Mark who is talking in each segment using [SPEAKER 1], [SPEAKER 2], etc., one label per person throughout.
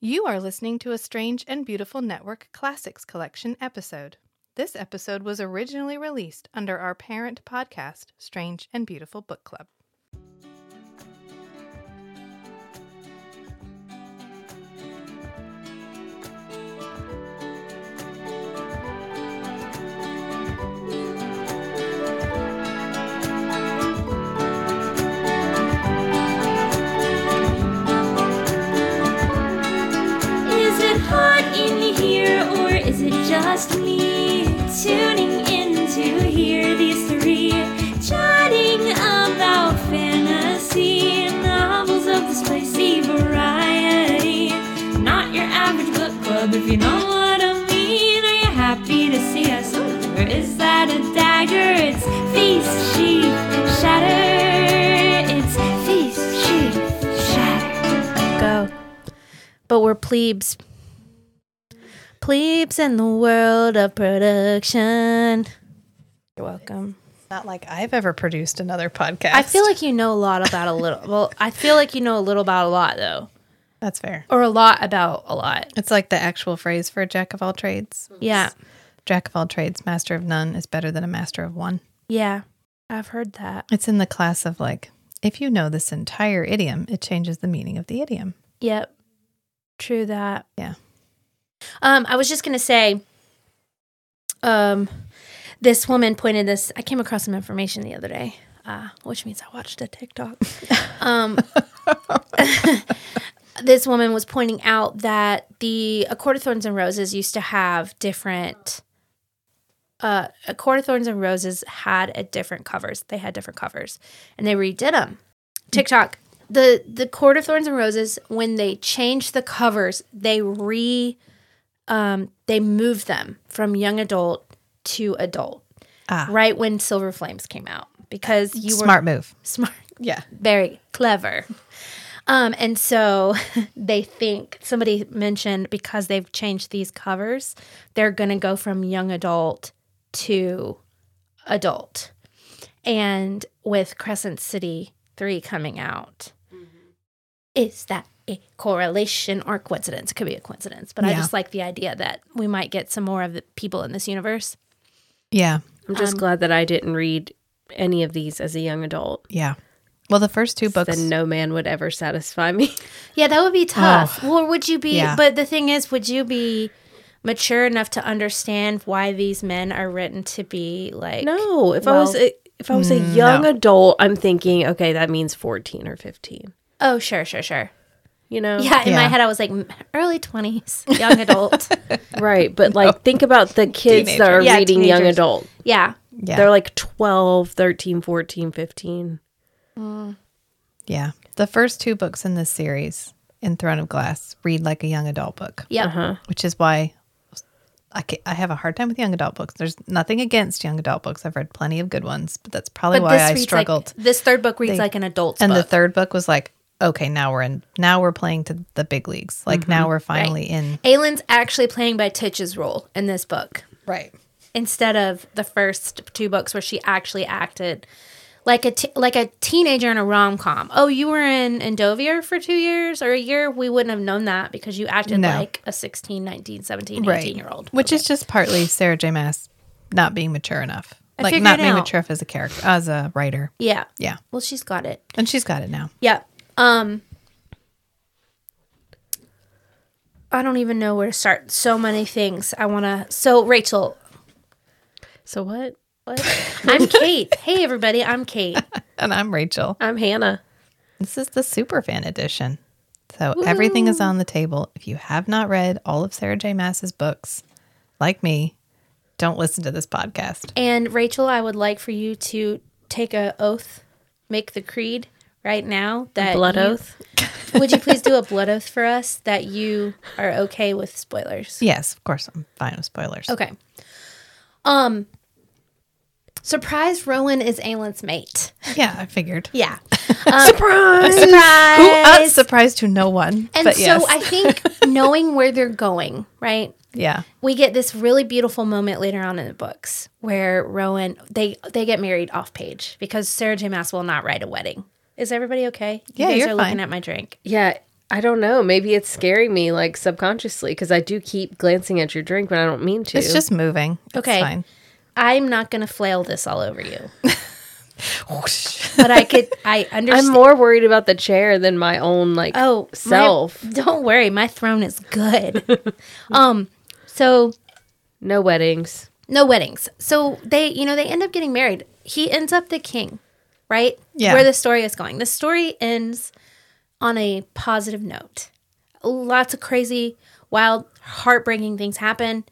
[SPEAKER 1] You are listening to a Strange and Beautiful Network Classics Collection episode. This episode was originally released under our parent podcast, Strange and Beautiful Book Club.
[SPEAKER 2] Is it hot in here or is it just me? Tuning in to hear these three chatting about fantasy novels of the spicy variety. Not your average book club, if you know what I mean. Are you happy to see us? Or is that a dagger? It's feast, she shatter. It's feast, she shatter. Go.
[SPEAKER 3] but we're plebes. Plebes in the world of production. You're welcome.
[SPEAKER 1] Not like I've ever produced another podcast.
[SPEAKER 3] I feel like you know a lot about a little. Well, I feel like you know a little about a lot, though,
[SPEAKER 1] that's fair.
[SPEAKER 3] or a lot about a lot.
[SPEAKER 1] It's like the actual phrase for a jack of all trades.
[SPEAKER 3] Yeah,
[SPEAKER 1] Jack of all trades, master of none is better than a master of one.
[SPEAKER 3] yeah. I've heard that.
[SPEAKER 1] It's in the class of like, if you know this entire idiom, it changes the meaning of the idiom.
[SPEAKER 3] Yep. True that.
[SPEAKER 1] Yeah.
[SPEAKER 3] Um, I was just gonna say, um, this woman pointed this. I came across some information the other day, uh, which means I watched a TikTok. um, this woman was pointing out that the a court of thorns and roses used to have different. Uh, a court of thorns and roses had a different covers. They had different covers, and they redid them. TikTok. The the Court of Thorns and Roses when they changed the covers, they re um they moved them from young adult to adult.
[SPEAKER 1] Ah.
[SPEAKER 3] Right when Silver Flames came out because you
[SPEAKER 1] Smart move.
[SPEAKER 3] were smart,
[SPEAKER 1] Yeah.
[SPEAKER 3] very clever. Um and so they think somebody mentioned because they've changed these covers, they're going to go from young adult to adult. And with Crescent City 3 coming out, is that a correlation or coincidence? Could be a coincidence, but I
[SPEAKER 1] Yeah.
[SPEAKER 3] just like the idea that we might get some more of the people in this universe.
[SPEAKER 1] Yeah.
[SPEAKER 4] I'm just glad that I didn't read any of these as a young adult.
[SPEAKER 1] Yeah. Well, the first two books.
[SPEAKER 4] Then no man would ever satisfy me.
[SPEAKER 3] Yeah, that would be tough. Or would you be,
[SPEAKER 1] Yeah.
[SPEAKER 3] but the thing is, would you be mature enough to understand why these men are written to be like.
[SPEAKER 4] No, if I was
[SPEAKER 3] Well,
[SPEAKER 4] a, if I was a young adult, I'm thinking, okay, that means 14 or 15.
[SPEAKER 3] Oh, sure, sure, sure.
[SPEAKER 4] You know?
[SPEAKER 3] Yeah, in
[SPEAKER 1] Yeah.
[SPEAKER 3] my head, I was like "Mm, early 20s, young adult.
[SPEAKER 4] Right, but like think about the kids that are
[SPEAKER 3] Teenagers. Yeah,
[SPEAKER 4] reading young
[SPEAKER 3] teenagers.
[SPEAKER 4] adult.
[SPEAKER 3] yeah.
[SPEAKER 1] yeah.
[SPEAKER 4] They're like 12, 13, 14, 15.
[SPEAKER 1] yeah. The first two books in this series, in Throne of Glass, read like a young adult book,
[SPEAKER 3] Yep.
[SPEAKER 1] which is why I, ca I have a hard time with young adult books. There's nothing against young adult books. I've read plenty of good ones, but that's probably
[SPEAKER 3] But
[SPEAKER 1] why
[SPEAKER 3] this
[SPEAKER 1] I
[SPEAKER 3] reads
[SPEAKER 1] struggled.
[SPEAKER 3] Like, this third book reads
[SPEAKER 1] They-
[SPEAKER 3] like an adult's
[SPEAKER 1] and
[SPEAKER 3] book.
[SPEAKER 1] the third book was like, okay, now we're in. Now we're playing to the big leagues. Like
[SPEAKER 3] Mm-hmm.
[SPEAKER 1] now we're finally in.
[SPEAKER 3] Aelin's actually playing by Titch's role in this book
[SPEAKER 1] Right.
[SPEAKER 3] instead of the first two books where she actually acted like a t- like a teenager in a rom com. Oh, you were in Endovier for two years or a year. We wouldn't have known that because you acted
[SPEAKER 1] No.
[SPEAKER 3] like a 16, 19, 17, 18 year old.
[SPEAKER 1] which is just partly Sarah J. Mass not being mature enough,
[SPEAKER 3] I
[SPEAKER 1] like
[SPEAKER 3] figured
[SPEAKER 1] not
[SPEAKER 3] it
[SPEAKER 1] being
[SPEAKER 3] out.
[SPEAKER 1] mature enough as a character, as a writer.
[SPEAKER 3] yeah.
[SPEAKER 1] Yeah,
[SPEAKER 3] Well, she's got it.
[SPEAKER 1] and she's got it now.
[SPEAKER 3] Yeah. Um I don't even know where to start. So many things I want to. So Rachel,
[SPEAKER 4] So what? What?
[SPEAKER 3] I'm Kate. Hey everybody, I'm Kate.
[SPEAKER 1] And I'm Rachel.
[SPEAKER 4] I'm Hannah.
[SPEAKER 1] This is the superfan edition, so everything is on the table. If you have not read all of Sarah J. Mass's books, like me, don't listen to this podcast.
[SPEAKER 3] And Rachel, I would like for you to take a oath, make the creed right now that
[SPEAKER 4] Blood
[SPEAKER 3] you-
[SPEAKER 4] oath.
[SPEAKER 3] would you please do a blood oath for us that you are okay with spoilers?
[SPEAKER 1] Yes, of course, I'm fine with spoilers.
[SPEAKER 3] Okay. Um Surprise Rowan is Aelin's mate.
[SPEAKER 1] Yeah, I figured.
[SPEAKER 3] Yeah. Um,
[SPEAKER 4] Surprise!
[SPEAKER 3] Surprise.
[SPEAKER 1] Who I'm surprised to no one.
[SPEAKER 3] And
[SPEAKER 1] but
[SPEAKER 3] so
[SPEAKER 1] yes.
[SPEAKER 3] I think knowing where they're going, right?
[SPEAKER 1] yeah,
[SPEAKER 3] We get this really beautiful moment later on in the books where Rowan they they get married off page because Sarah J. Mass will not write a wedding. Is everybody okay? You
[SPEAKER 1] Yeah,
[SPEAKER 3] guys
[SPEAKER 1] you're
[SPEAKER 3] are
[SPEAKER 1] fine.
[SPEAKER 3] looking at my drink.
[SPEAKER 4] Yeah, I don't know. Maybe it's scaring me like subconsciously because I do keep glancing at your drink when I don't mean to.
[SPEAKER 1] It's just moving. It's
[SPEAKER 3] Okay.
[SPEAKER 1] fine.
[SPEAKER 3] I'm not gonna flail this all over you,
[SPEAKER 1] Whoosh.
[SPEAKER 3] but I could. I understand.
[SPEAKER 4] I'm more worried about the chair than my own like
[SPEAKER 3] oh my-
[SPEAKER 4] self.
[SPEAKER 3] don't worry, my throne is good. um, so
[SPEAKER 4] No weddings.
[SPEAKER 3] no weddings. So they, you know, they end up getting married. He ends up the king, right?
[SPEAKER 1] Yeah.
[SPEAKER 3] Where the story is going. The story ends on a positive note. Lots of crazy, wild, heartbreaking things happen.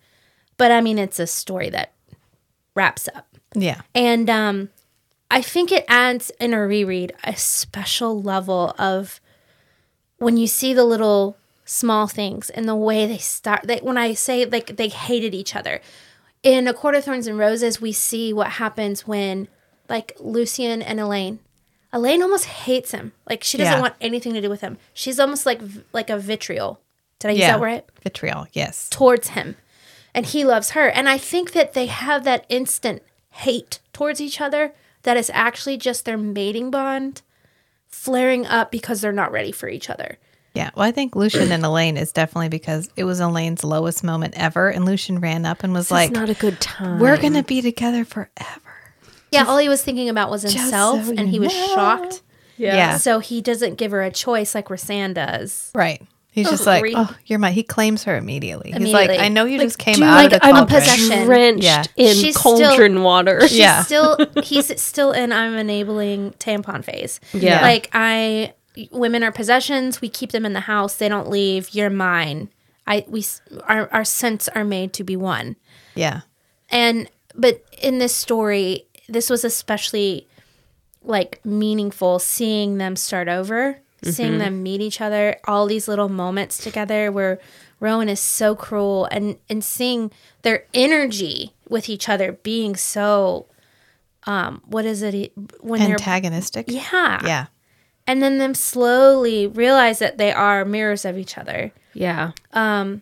[SPEAKER 3] But I mean, it's a story that wraps up.
[SPEAKER 1] Yeah.
[SPEAKER 3] And um, I think it adds in a reread a special level of when you see the little small things and the way they start. Like when I say like they hated each other in A Court of Thorns and Roses, we see what happens when like Lucian and Elaine. Elaine almost hates him. Like she doesn't
[SPEAKER 1] Yeah.
[SPEAKER 3] want anything to do with him. She's almost like like a vitriol. Did I use
[SPEAKER 1] yeah.
[SPEAKER 3] that right?
[SPEAKER 1] Vitriol. Yes.
[SPEAKER 3] towards him and he loves her and i think that they have that instant hate towards each other that is actually just their mating bond flaring up because they're not ready for each other
[SPEAKER 1] Yeah. Well, I think Lucian and Elaine is definitely because it was Elaine's lowest moment ever, and Lucian ran up and was like,
[SPEAKER 4] It's not a good time.
[SPEAKER 1] "We're gonna be together forever."
[SPEAKER 3] yeah all he was thinking about was himself
[SPEAKER 1] so you
[SPEAKER 3] and he was
[SPEAKER 1] know.
[SPEAKER 3] shocked
[SPEAKER 1] Yeah.
[SPEAKER 3] so he doesn't give her a choice like Rasan does
[SPEAKER 1] Right. He's just
[SPEAKER 3] Ugh,
[SPEAKER 1] like,
[SPEAKER 3] Reed.
[SPEAKER 1] "Oh, you're my." He claims her immediately. He's
[SPEAKER 3] Immediately.
[SPEAKER 1] like, "I know you
[SPEAKER 4] Like,
[SPEAKER 1] just came
[SPEAKER 4] dude,
[SPEAKER 1] out
[SPEAKER 4] like,
[SPEAKER 1] of the
[SPEAKER 4] I'm
[SPEAKER 1] cauldron."
[SPEAKER 3] possession.
[SPEAKER 4] drenched
[SPEAKER 1] Yeah.
[SPEAKER 4] in
[SPEAKER 3] She's still-
[SPEAKER 4] cauldron water.
[SPEAKER 3] She's
[SPEAKER 1] Yeah.
[SPEAKER 3] still he's still in I'm enabling tampon phase.
[SPEAKER 4] Yeah.
[SPEAKER 3] Like I women are possessions, we keep them in the house, they don't leave, you're mine. I we s- our our scents are made to be one.
[SPEAKER 1] Yeah.
[SPEAKER 3] And but in this story, this was especially like meaningful seeing them start over, seeing them meet each other, all these little moments together where Rowan is so cruel and and seeing their energy with each other being so um what is it when
[SPEAKER 1] Antagonistic.
[SPEAKER 3] they're yeah.
[SPEAKER 1] Yeah.
[SPEAKER 3] And then them slowly realize that they are mirrors of each other.
[SPEAKER 4] yeah.
[SPEAKER 3] Um,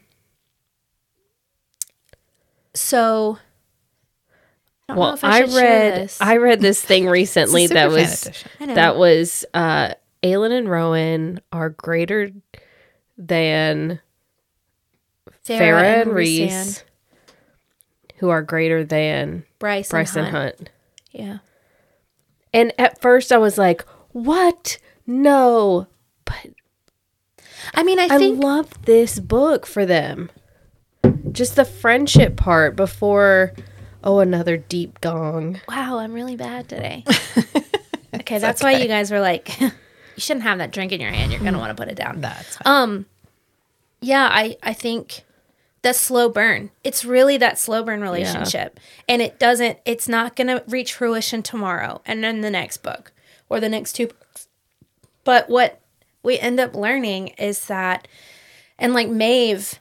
[SPEAKER 3] So I don't know
[SPEAKER 4] Well,
[SPEAKER 3] if I,
[SPEAKER 4] I,
[SPEAKER 3] should share
[SPEAKER 4] read
[SPEAKER 3] this.
[SPEAKER 4] I read this thing recently
[SPEAKER 1] It's a
[SPEAKER 4] that
[SPEAKER 1] super fan
[SPEAKER 4] was
[SPEAKER 1] edition.
[SPEAKER 3] I know.
[SPEAKER 4] that was uh Aelin and Rowan are greater than
[SPEAKER 3] Farrah
[SPEAKER 4] Farah and
[SPEAKER 3] Rhysand.
[SPEAKER 4] Reese, who are greater than
[SPEAKER 3] Bryce,
[SPEAKER 4] Bryson
[SPEAKER 3] and Hunt.
[SPEAKER 4] Hunt.
[SPEAKER 3] Yeah.
[SPEAKER 4] And at first I was like, what? No. But
[SPEAKER 3] I mean, I
[SPEAKER 4] I,
[SPEAKER 3] think
[SPEAKER 4] love this book for them. Just the friendship part before, oh, another deep gong.
[SPEAKER 3] wow, I'm really bad today. okay, that's why you guys were like you shouldn't have that drink in your hand. You're going to
[SPEAKER 4] Mm.
[SPEAKER 3] want to put it down.
[SPEAKER 1] That's fine.
[SPEAKER 3] Um yeah, I I think the slow burn. It's really that slow burn relationship. And it doesn't it's not going to reach fruition tomorrow and then the next book or the next two books. But what we end up learning is that and like Maeve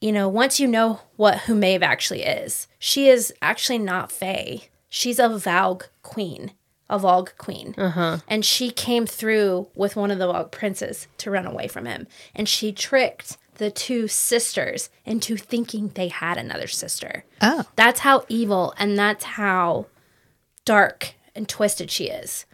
[SPEAKER 3] you know, once you know what who Maeve actually is, she is actually not Fae. She's a Valg queen, a Valg queen. And she came through with one of the Valg princes to run away from him. And she tricked the two sisters into thinking they had another sister.
[SPEAKER 1] oh.
[SPEAKER 3] That's how evil and that's how dark and twisted she is.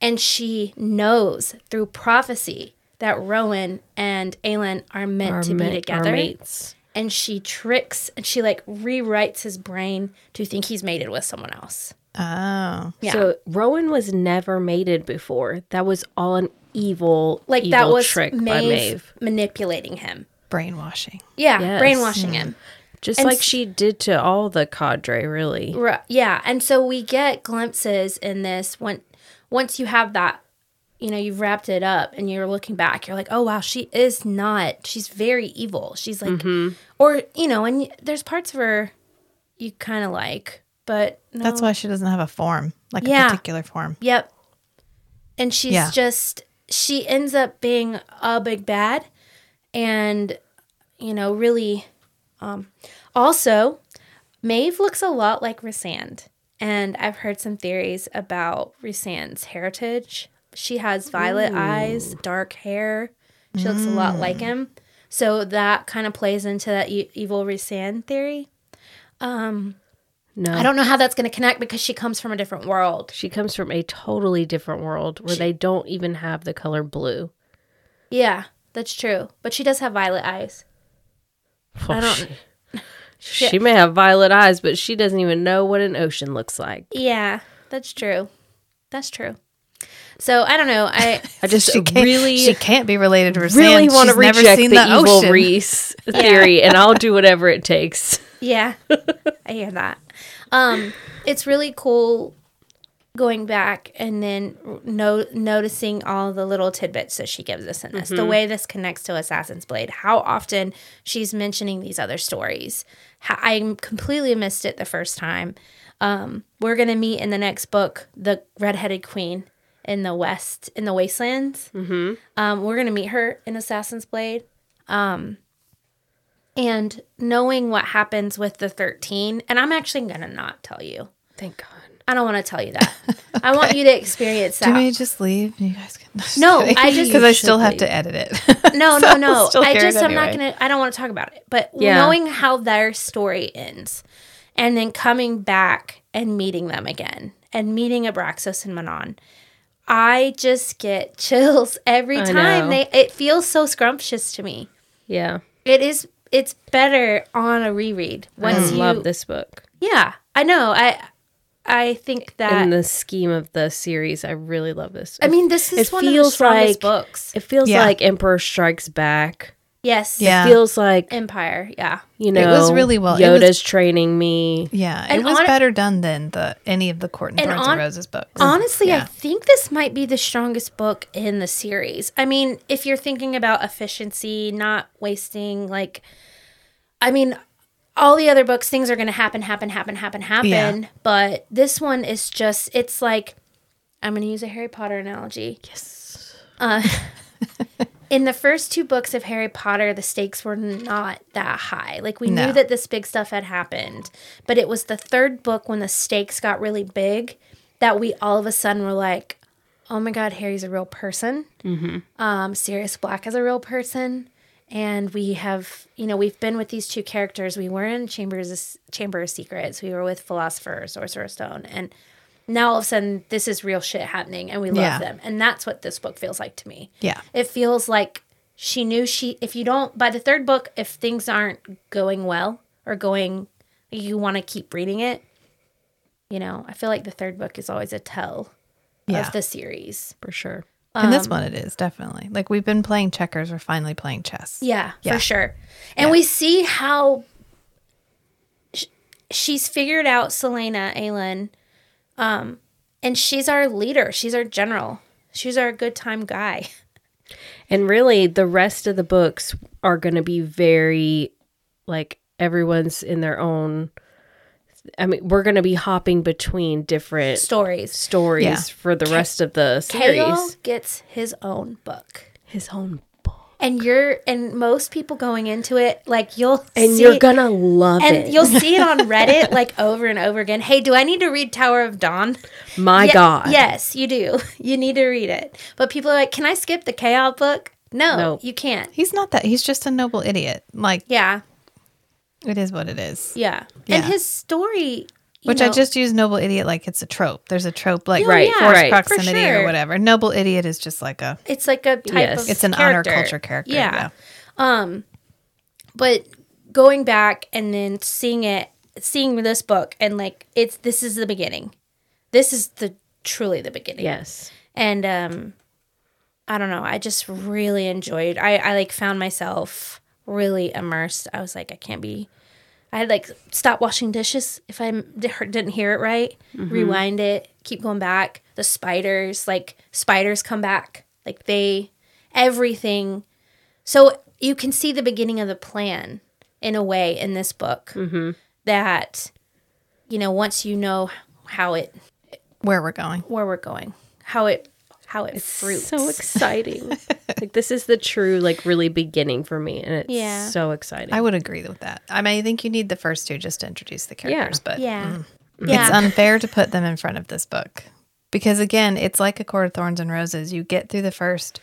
[SPEAKER 3] And she knows through prophecy that Rowan and Aelin are meant to
[SPEAKER 4] ma-
[SPEAKER 3] be together
[SPEAKER 4] our mates.
[SPEAKER 3] and she tricks and she like rewrites his brain to think he's mated with someone else.
[SPEAKER 1] Oh.
[SPEAKER 3] Yeah.
[SPEAKER 4] So Rowan was never mated before. That was all an evil,
[SPEAKER 3] like
[SPEAKER 4] evil
[SPEAKER 3] that was
[SPEAKER 4] trick
[SPEAKER 3] Maeve,
[SPEAKER 4] by Maeve.
[SPEAKER 3] manipulating him.
[SPEAKER 1] Brainwashing.
[SPEAKER 3] Yeah,
[SPEAKER 4] Yes.
[SPEAKER 3] brainwashing him.
[SPEAKER 4] Just
[SPEAKER 3] And
[SPEAKER 4] like
[SPEAKER 3] s-
[SPEAKER 4] she did to all the cadre, really.
[SPEAKER 3] Ru- Yeah, and so we get glimpses in this when once you have that, you know, you've wrapped it up and you're looking back, you're like, oh wow, she is not. She's very evil. She's like,
[SPEAKER 4] Mm-hmm.
[SPEAKER 3] or you know, and y- there's parts of her you kind of like, but no.
[SPEAKER 1] That's why she doesn't have a form, like
[SPEAKER 3] Oh. Yeah.
[SPEAKER 1] a particular form.
[SPEAKER 3] Yep. And she's
[SPEAKER 1] Yeah.
[SPEAKER 3] just she ends up being a big bad and you know, really um also Maeve looks a lot like Rhysand. And I've heard some theories about Rhysand's heritage. She has violet eyes, dark hair. She looks a lot like him. So that kind of plays into that e- evil Rhysand theory.
[SPEAKER 4] No.
[SPEAKER 3] I don't know how that's going to connect because she comes from a different world.
[SPEAKER 4] She comes from a totally different world where they don't even have the color blue.
[SPEAKER 3] Yeah. That's true. But she does have violet eyes. I don't-
[SPEAKER 4] She, she may have violet eyes, but she doesn't even know what an ocean looks like.
[SPEAKER 3] Yeah, that's true. That's true. So I don't know. I
[SPEAKER 4] I just
[SPEAKER 1] She can't,
[SPEAKER 4] really,
[SPEAKER 1] she can't be related to her.
[SPEAKER 4] really
[SPEAKER 1] want to
[SPEAKER 4] reject
[SPEAKER 1] never seen
[SPEAKER 4] the,
[SPEAKER 1] the,
[SPEAKER 4] evil
[SPEAKER 1] ocean.
[SPEAKER 4] Reese theory, and I'll do whatever it takes.
[SPEAKER 3] yeah, I hear that. Um, it's really cool going back and then no noticing all the little tidbits that she gives us in this. The way this connects to Assassin's Blade, how often she's mentioning these other stories. How, I completely missed it the first time. Um, we're gonna meet in the next book, the redheaded queen in the west in the wastelands. Mm-hmm. Um, we're gonna meet her in Assassin's Blade. Um, and knowing what happens with the thirteen, and I'm actually gonna not tell you.
[SPEAKER 4] Thank God.
[SPEAKER 3] I don't want to tell you that. I want you to experience
[SPEAKER 1] Do you mean
[SPEAKER 3] that.
[SPEAKER 1] just leave? and You guys can. I'm just
[SPEAKER 3] No,
[SPEAKER 1] kidding.
[SPEAKER 3] I just-
[SPEAKER 1] because I
[SPEAKER 3] You
[SPEAKER 1] still
[SPEAKER 4] should
[SPEAKER 1] have
[SPEAKER 4] leave.
[SPEAKER 1] to edit it.
[SPEAKER 3] No,
[SPEAKER 1] So
[SPEAKER 3] no,
[SPEAKER 1] I'll
[SPEAKER 3] no.
[SPEAKER 1] still
[SPEAKER 3] I
[SPEAKER 1] hear
[SPEAKER 3] just,
[SPEAKER 1] it
[SPEAKER 3] I'm not
[SPEAKER 1] anyway.
[SPEAKER 3] going to, I don't want to talk about it. But
[SPEAKER 4] Yeah.
[SPEAKER 3] knowing how their story ends and then coming back and meeting them again and meeting Abraxas and Manon, I just get chills every
[SPEAKER 4] I
[SPEAKER 3] time.
[SPEAKER 4] know.
[SPEAKER 3] They, it feels so scrumptious to me.
[SPEAKER 4] Yeah,
[SPEAKER 3] It is, it's better on a reread.
[SPEAKER 4] I
[SPEAKER 3] Once you,
[SPEAKER 4] love this book.
[SPEAKER 3] yeah, I know. I, I think that,
[SPEAKER 4] In the scheme of the series, I really love this.
[SPEAKER 3] I mean, this is
[SPEAKER 4] it
[SPEAKER 3] one of the
[SPEAKER 4] feels
[SPEAKER 3] strongest
[SPEAKER 4] like-
[SPEAKER 3] books.
[SPEAKER 4] it feels
[SPEAKER 1] Yeah.
[SPEAKER 4] like Emperor Strikes Back.
[SPEAKER 3] Yes.
[SPEAKER 1] Yeah.
[SPEAKER 4] Feels like
[SPEAKER 3] Empire. Yeah.
[SPEAKER 4] you know,
[SPEAKER 1] It was really well- it was-
[SPEAKER 4] Yoda's training me.
[SPEAKER 1] yeah, it
[SPEAKER 3] And
[SPEAKER 1] was
[SPEAKER 3] hon-
[SPEAKER 1] better done than the any of the Court and,
[SPEAKER 3] And
[SPEAKER 1] Thorns
[SPEAKER 3] hon-
[SPEAKER 1] and Roses
[SPEAKER 4] Mm,
[SPEAKER 1] books.
[SPEAKER 3] Honestly, I
[SPEAKER 1] Yeah.
[SPEAKER 3] think this might be the strongest book in the series. I mean, if you're thinking about efficiency, not wasting, like, I mean, all the other books, things are going to happen, happen, happen, happen, happen.
[SPEAKER 1] Yeah.
[SPEAKER 3] But this one is just, it's like, I'm going to use a Harry Potter analogy. Yes. Uh, in the first two books of Harry Potter, the stakes were not that high. Like, we
[SPEAKER 1] No.
[SPEAKER 3] knew that this big stuff had happened, but it was the third book when the stakes got really big that we all of a sudden were like, oh my God, Harry's a real person.
[SPEAKER 1] Mm-hmm.
[SPEAKER 3] Um, Sirius Black is a real person. And we have, you know, we've been with these two characters. We were in Chambers of, Chamber of Secrets. We were with Philosopher, Sorcerer's Stone. And now all of a sudden, this is real shit happening and we love
[SPEAKER 1] Yeah.
[SPEAKER 3] them. And that's what this book feels like to me.
[SPEAKER 1] Yeah.
[SPEAKER 3] It feels like she knew she, if you don't, by the third book, if things aren't going well or going, you want to keep reading it, you know, I feel like the third book is always a tell
[SPEAKER 1] Yeah.
[SPEAKER 3] of the series.
[SPEAKER 4] for sure.
[SPEAKER 1] and
[SPEAKER 3] Um,
[SPEAKER 1] this one it is definitely like we've been playing checkers. We're finally playing chess.
[SPEAKER 3] Yeah,
[SPEAKER 1] Yeah.
[SPEAKER 3] for sure. And we see how sh- she's figured out Selena Aylin, um, and she's our leader. She's our general. She's our good time guy.
[SPEAKER 4] And really, the rest of the books are going to be very like everyone's in their own. I mean, we're going to be hopping between different
[SPEAKER 3] Stories.
[SPEAKER 4] stories
[SPEAKER 1] Yeah.
[SPEAKER 4] for the rest of the
[SPEAKER 3] Kale
[SPEAKER 4] series.
[SPEAKER 3] gets his own book.
[SPEAKER 4] His own book.
[SPEAKER 3] And you're and most people going into it like you'll
[SPEAKER 4] And
[SPEAKER 3] see-
[SPEAKER 4] you're going to love
[SPEAKER 3] and
[SPEAKER 4] it.
[SPEAKER 3] you'll see it on Reddit like over and over again. Hey, do I need to read Tower of Dawn?
[SPEAKER 4] My
[SPEAKER 3] Ye-
[SPEAKER 4] God.
[SPEAKER 3] Yes, you do. You need to read it. But people are like, can I skip the Chaos book? No,
[SPEAKER 4] No.
[SPEAKER 3] you can't.
[SPEAKER 1] He's not that. He's just a noble idiot. Like
[SPEAKER 3] Yeah,
[SPEAKER 1] it is what it is.
[SPEAKER 3] yeah.
[SPEAKER 1] Yeah.
[SPEAKER 3] And his story, you
[SPEAKER 1] Which I
[SPEAKER 3] know- Oh,
[SPEAKER 1] just use noble idiot like it's a trope. There's a trope like
[SPEAKER 4] Right,
[SPEAKER 1] right, forced
[SPEAKER 4] right.
[SPEAKER 3] for
[SPEAKER 1] proximity or
[SPEAKER 3] sure.
[SPEAKER 1] whatever. Noble idiot is just like a
[SPEAKER 3] it's like a type
[SPEAKER 4] Yes.
[SPEAKER 3] of
[SPEAKER 1] it's an
[SPEAKER 3] character.
[SPEAKER 1] honor culture character.
[SPEAKER 3] Yeah. but going back and then seeing it, seeing this book, and like it's this is the beginning. This is the truly the beginning.
[SPEAKER 4] Yes.
[SPEAKER 3] and um i don't know i just really enjoyed i i like found myself really immersed i was like i can't be i had like stop washing dishes if i didn't hear it right rewind it keep going back the spiders like spiders come back like they everything so you can see the beginning of the plan in a way in this book that you know once you know how it
[SPEAKER 1] Where we're going.
[SPEAKER 3] where we're going, how it how it fruits.
[SPEAKER 4] So exciting. like, this is the true, like, really beginning for me. And it's
[SPEAKER 3] Yeah.
[SPEAKER 4] so exciting.
[SPEAKER 1] I would agree with that. I mean, I think you need the first two just to introduce the characters, but
[SPEAKER 3] yeah,
[SPEAKER 4] Mm.
[SPEAKER 1] it's
[SPEAKER 3] yeah,
[SPEAKER 1] unfair to put them in front of this book because again, it's like a court of thorns and roses. You get through the first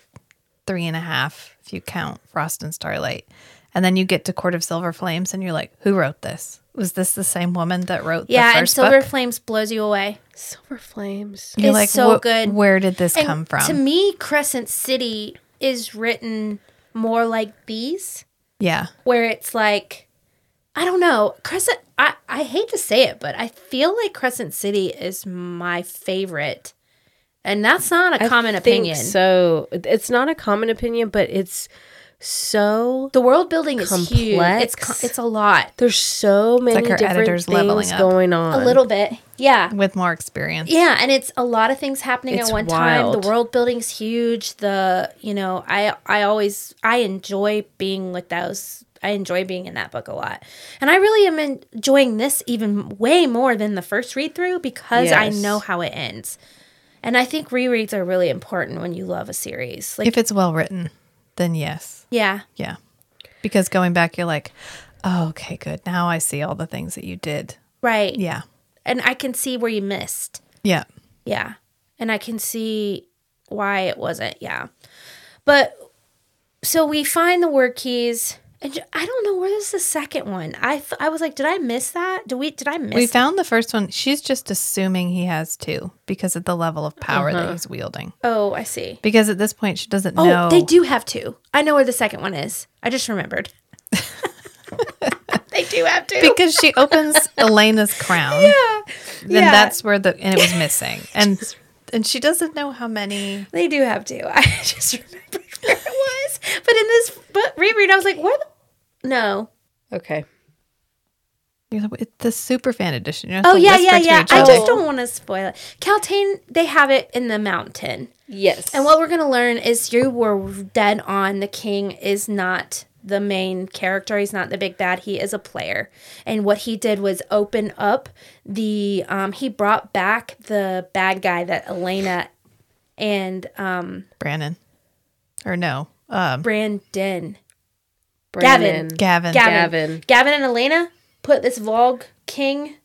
[SPEAKER 1] three and a half, if you count Frost and Starlight, and then you get to Court of Silver Flames, and you're like, who wrote this? Was this the same woman that wrote?
[SPEAKER 3] yeah.
[SPEAKER 1] the
[SPEAKER 3] And
[SPEAKER 1] first
[SPEAKER 3] Silver
[SPEAKER 1] book?
[SPEAKER 3] Flames blows you away.
[SPEAKER 4] Silver Flames.
[SPEAKER 1] You're
[SPEAKER 3] is
[SPEAKER 1] like,
[SPEAKER 3] so
[SPEAKER 1] "Wh-
[SPEAKER 3] good."
[SPEAKER 1] Where did this
[SPEAKER 3] And
[SPEAKER 1] come from?
[SPEAKER 3] To me, Crescent City is written more like these
[SPEAKER 1] Yeah.
[SPEAKER 3] where it's like I don't know. Crescent I I hate to say it, but I feel like Crescent City is my favorite. And that's not a
[SPEAKER 4] I
[SPEAKER 3] common
[SPEAKER 4] think
[SPEAKER 3] opinion.
[SPEAKER 4] So it's not a common opinion, but it's so
[SPEAKER 3] The world building is huge. It's
[SPEAKER 4] Complex.
[SPEAKER 3] co- it's a lot.
[SPEAKER 4] there's so many
[SPEAKER 1] her
[SPEAKER 4] different
[SPEAKER 1] editor's
[SPEAKER 4] things
[SPEAKER 1] leveling up.
[SPEAKER 4] going on.
[SPEAKER 3] A little bit. Yeah.
[SPEAKER 1] With more experience.
[SPEAKER 3] Yeah, and it's a lot of things happening
[SPEAKER 4] It's
[SPEAKER 3] at one time.
[SPEAKER 4] wild.
[SPEAKER 3] The world building's huge. The, you know, I I always I enjoy being with those I enjoy being in that book a lot. And I really am en- enjoying this even way more than the first read through because I
[SPEAKER 4] Yes.
[SPEAKER 3] know how it ends. And I think rereads are really important when you love a series. Like
[SPEAKER 1] If it's well written, then yes.
[SPEAKER 3] yeah.
[SPEAKER 1] Yeah. Because going back, you're like, oh, okay, good. Now I see all the things that you did.
[SPEAKER 3] Right.
[SPEAKER 1] Yeah.
[SPEAKER 3] And I can see where you missed.
[SPEAKER 1] Yeah.
[SPEAKER 3] Yeah. And I can see why it wasn't. Yeah. But so we find the word keys. And ju- I don't know where is the second one. I, f- I was like, did I miss that? Do we did I miss?
[SPEAKER 1] We found the first one. She's just assuming he has two because of the level of power that he's wielding.
[SPEAKER 3] oh, I see.
[SPEAKER 1] Because at this point, she doesn't
[SPEAKER 3] Uh-huh. Oh,
[SPEAKER 1] know.
[SPEAKER 3] they do have two. I know where the second one is. I just remembered. they do have two.
[SPEAKER 1] Because she opens Elena's crown. Yeah. Then
[SPEAKER 3] Yeah.
[SPEAKER 1] that's where the, and it was missing. And, and she doesn't know how many.
[SPEAKER 3] They do have two. I just remembered where it was. But in this book reread, I was like, what? the- No.
[SPEAKER 4] okay.
[SPEAKER 1] You're like, "It's the super fan edition. You know,
[SPEAKER 3] Oh
[SPEAKER 1] to
[SPEAKER 3] yeah,
[SPEAKER 1] whisper
[SPEAKER 3] yeah,
[SPEAKER 1] to
[SPEAKER 3] yeah.
[SPEAKER 1] each
[SPEAKER 3] I
[SPEAKER 1] other.
[SPEAKER 3] just don't want to spoil it. Caltaine, they have it in the mountain,
[SPEAKER 4] Yes.
[SPEAKER 3] and what we're gonna learn is you were dead on. The king is not the main character. He's not the big bad. He is a player, and what he did was open up the. Um, he brought back the bad guy that Elena and um,
[SPEAKER 1] Brandon. Or no. Um,
[SPEAKER 3] Brandon,
[SPEAKER 4] Brandon.
[SPEAKER 1] Gavin.
[SPEAKER 4] Gavin.
[SPEAKER 3] Gavin and Elena put this Vogue king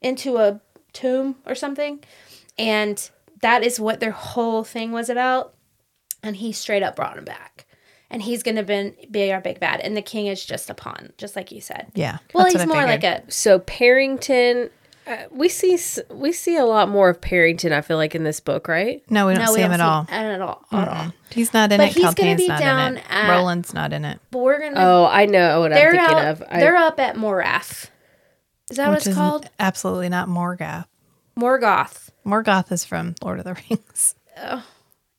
[SPEAKER 3] into a tomb or something. And that is what their whole thing was about. And he straight up brought him back. And he's going to been be our big bad. And the king is just a pawn, just like you said.
[SPEAKER 1] Yeah.
[SPEAKER 3] Well,
[SPEAKER 1] that's what
[SPEAKER 3] he's
[SPEAKER 1] I
[SPEAKER 3] more
[SPEAKER 1] figured.
[SPEAKER 3] like a.
[SPEAKER 4] So Parrington, uh, we see s- we see a lot more of Parrington. I feel like in this book, right?
[SPEAKER 1] No, we don't
[SPEAKER 3] No,
[SPEAKER 1] see
[SPEAKER 3] we don't
[SPEAKER 1] him at all.
[SPEAKER 3] see him at all. At all.
[SPEAKER 1] He's not in
[SPEAKER 3] But
[SPEAKER 1] it.
[SPEAKER 3] he's gonna
[SPEAKER 1] Caltaine's
[SPEAKER 3] be
[SPEAKER 1] not
[SPEAKER 3] down
[SPEAKER 1] in it.
[SPEAKER 3] at-
[SPEAKER 1] Roland's not in it.
[SPEAKER 3] But we're going to.
[SPEAKER 4] Oh, I know what I'm
[SPEAKER 3] they're
[SPEAKER 4] thinking
[SPEAKER 3] out,
[SPEAKER 4] of. I,
[SPEAKER 3] they're up at Morath. Is that what
[SPEAKER 1] Which
[SPEAKER 3] it's
[SPEAKER 1] is
[SPEAKER 3] called?
[SPEAKER 1] absolutely not Morgoth.
[SPEAKER 3] Morgoth.
[SPEAKER 1] Morgoth is from Lord of the Rings.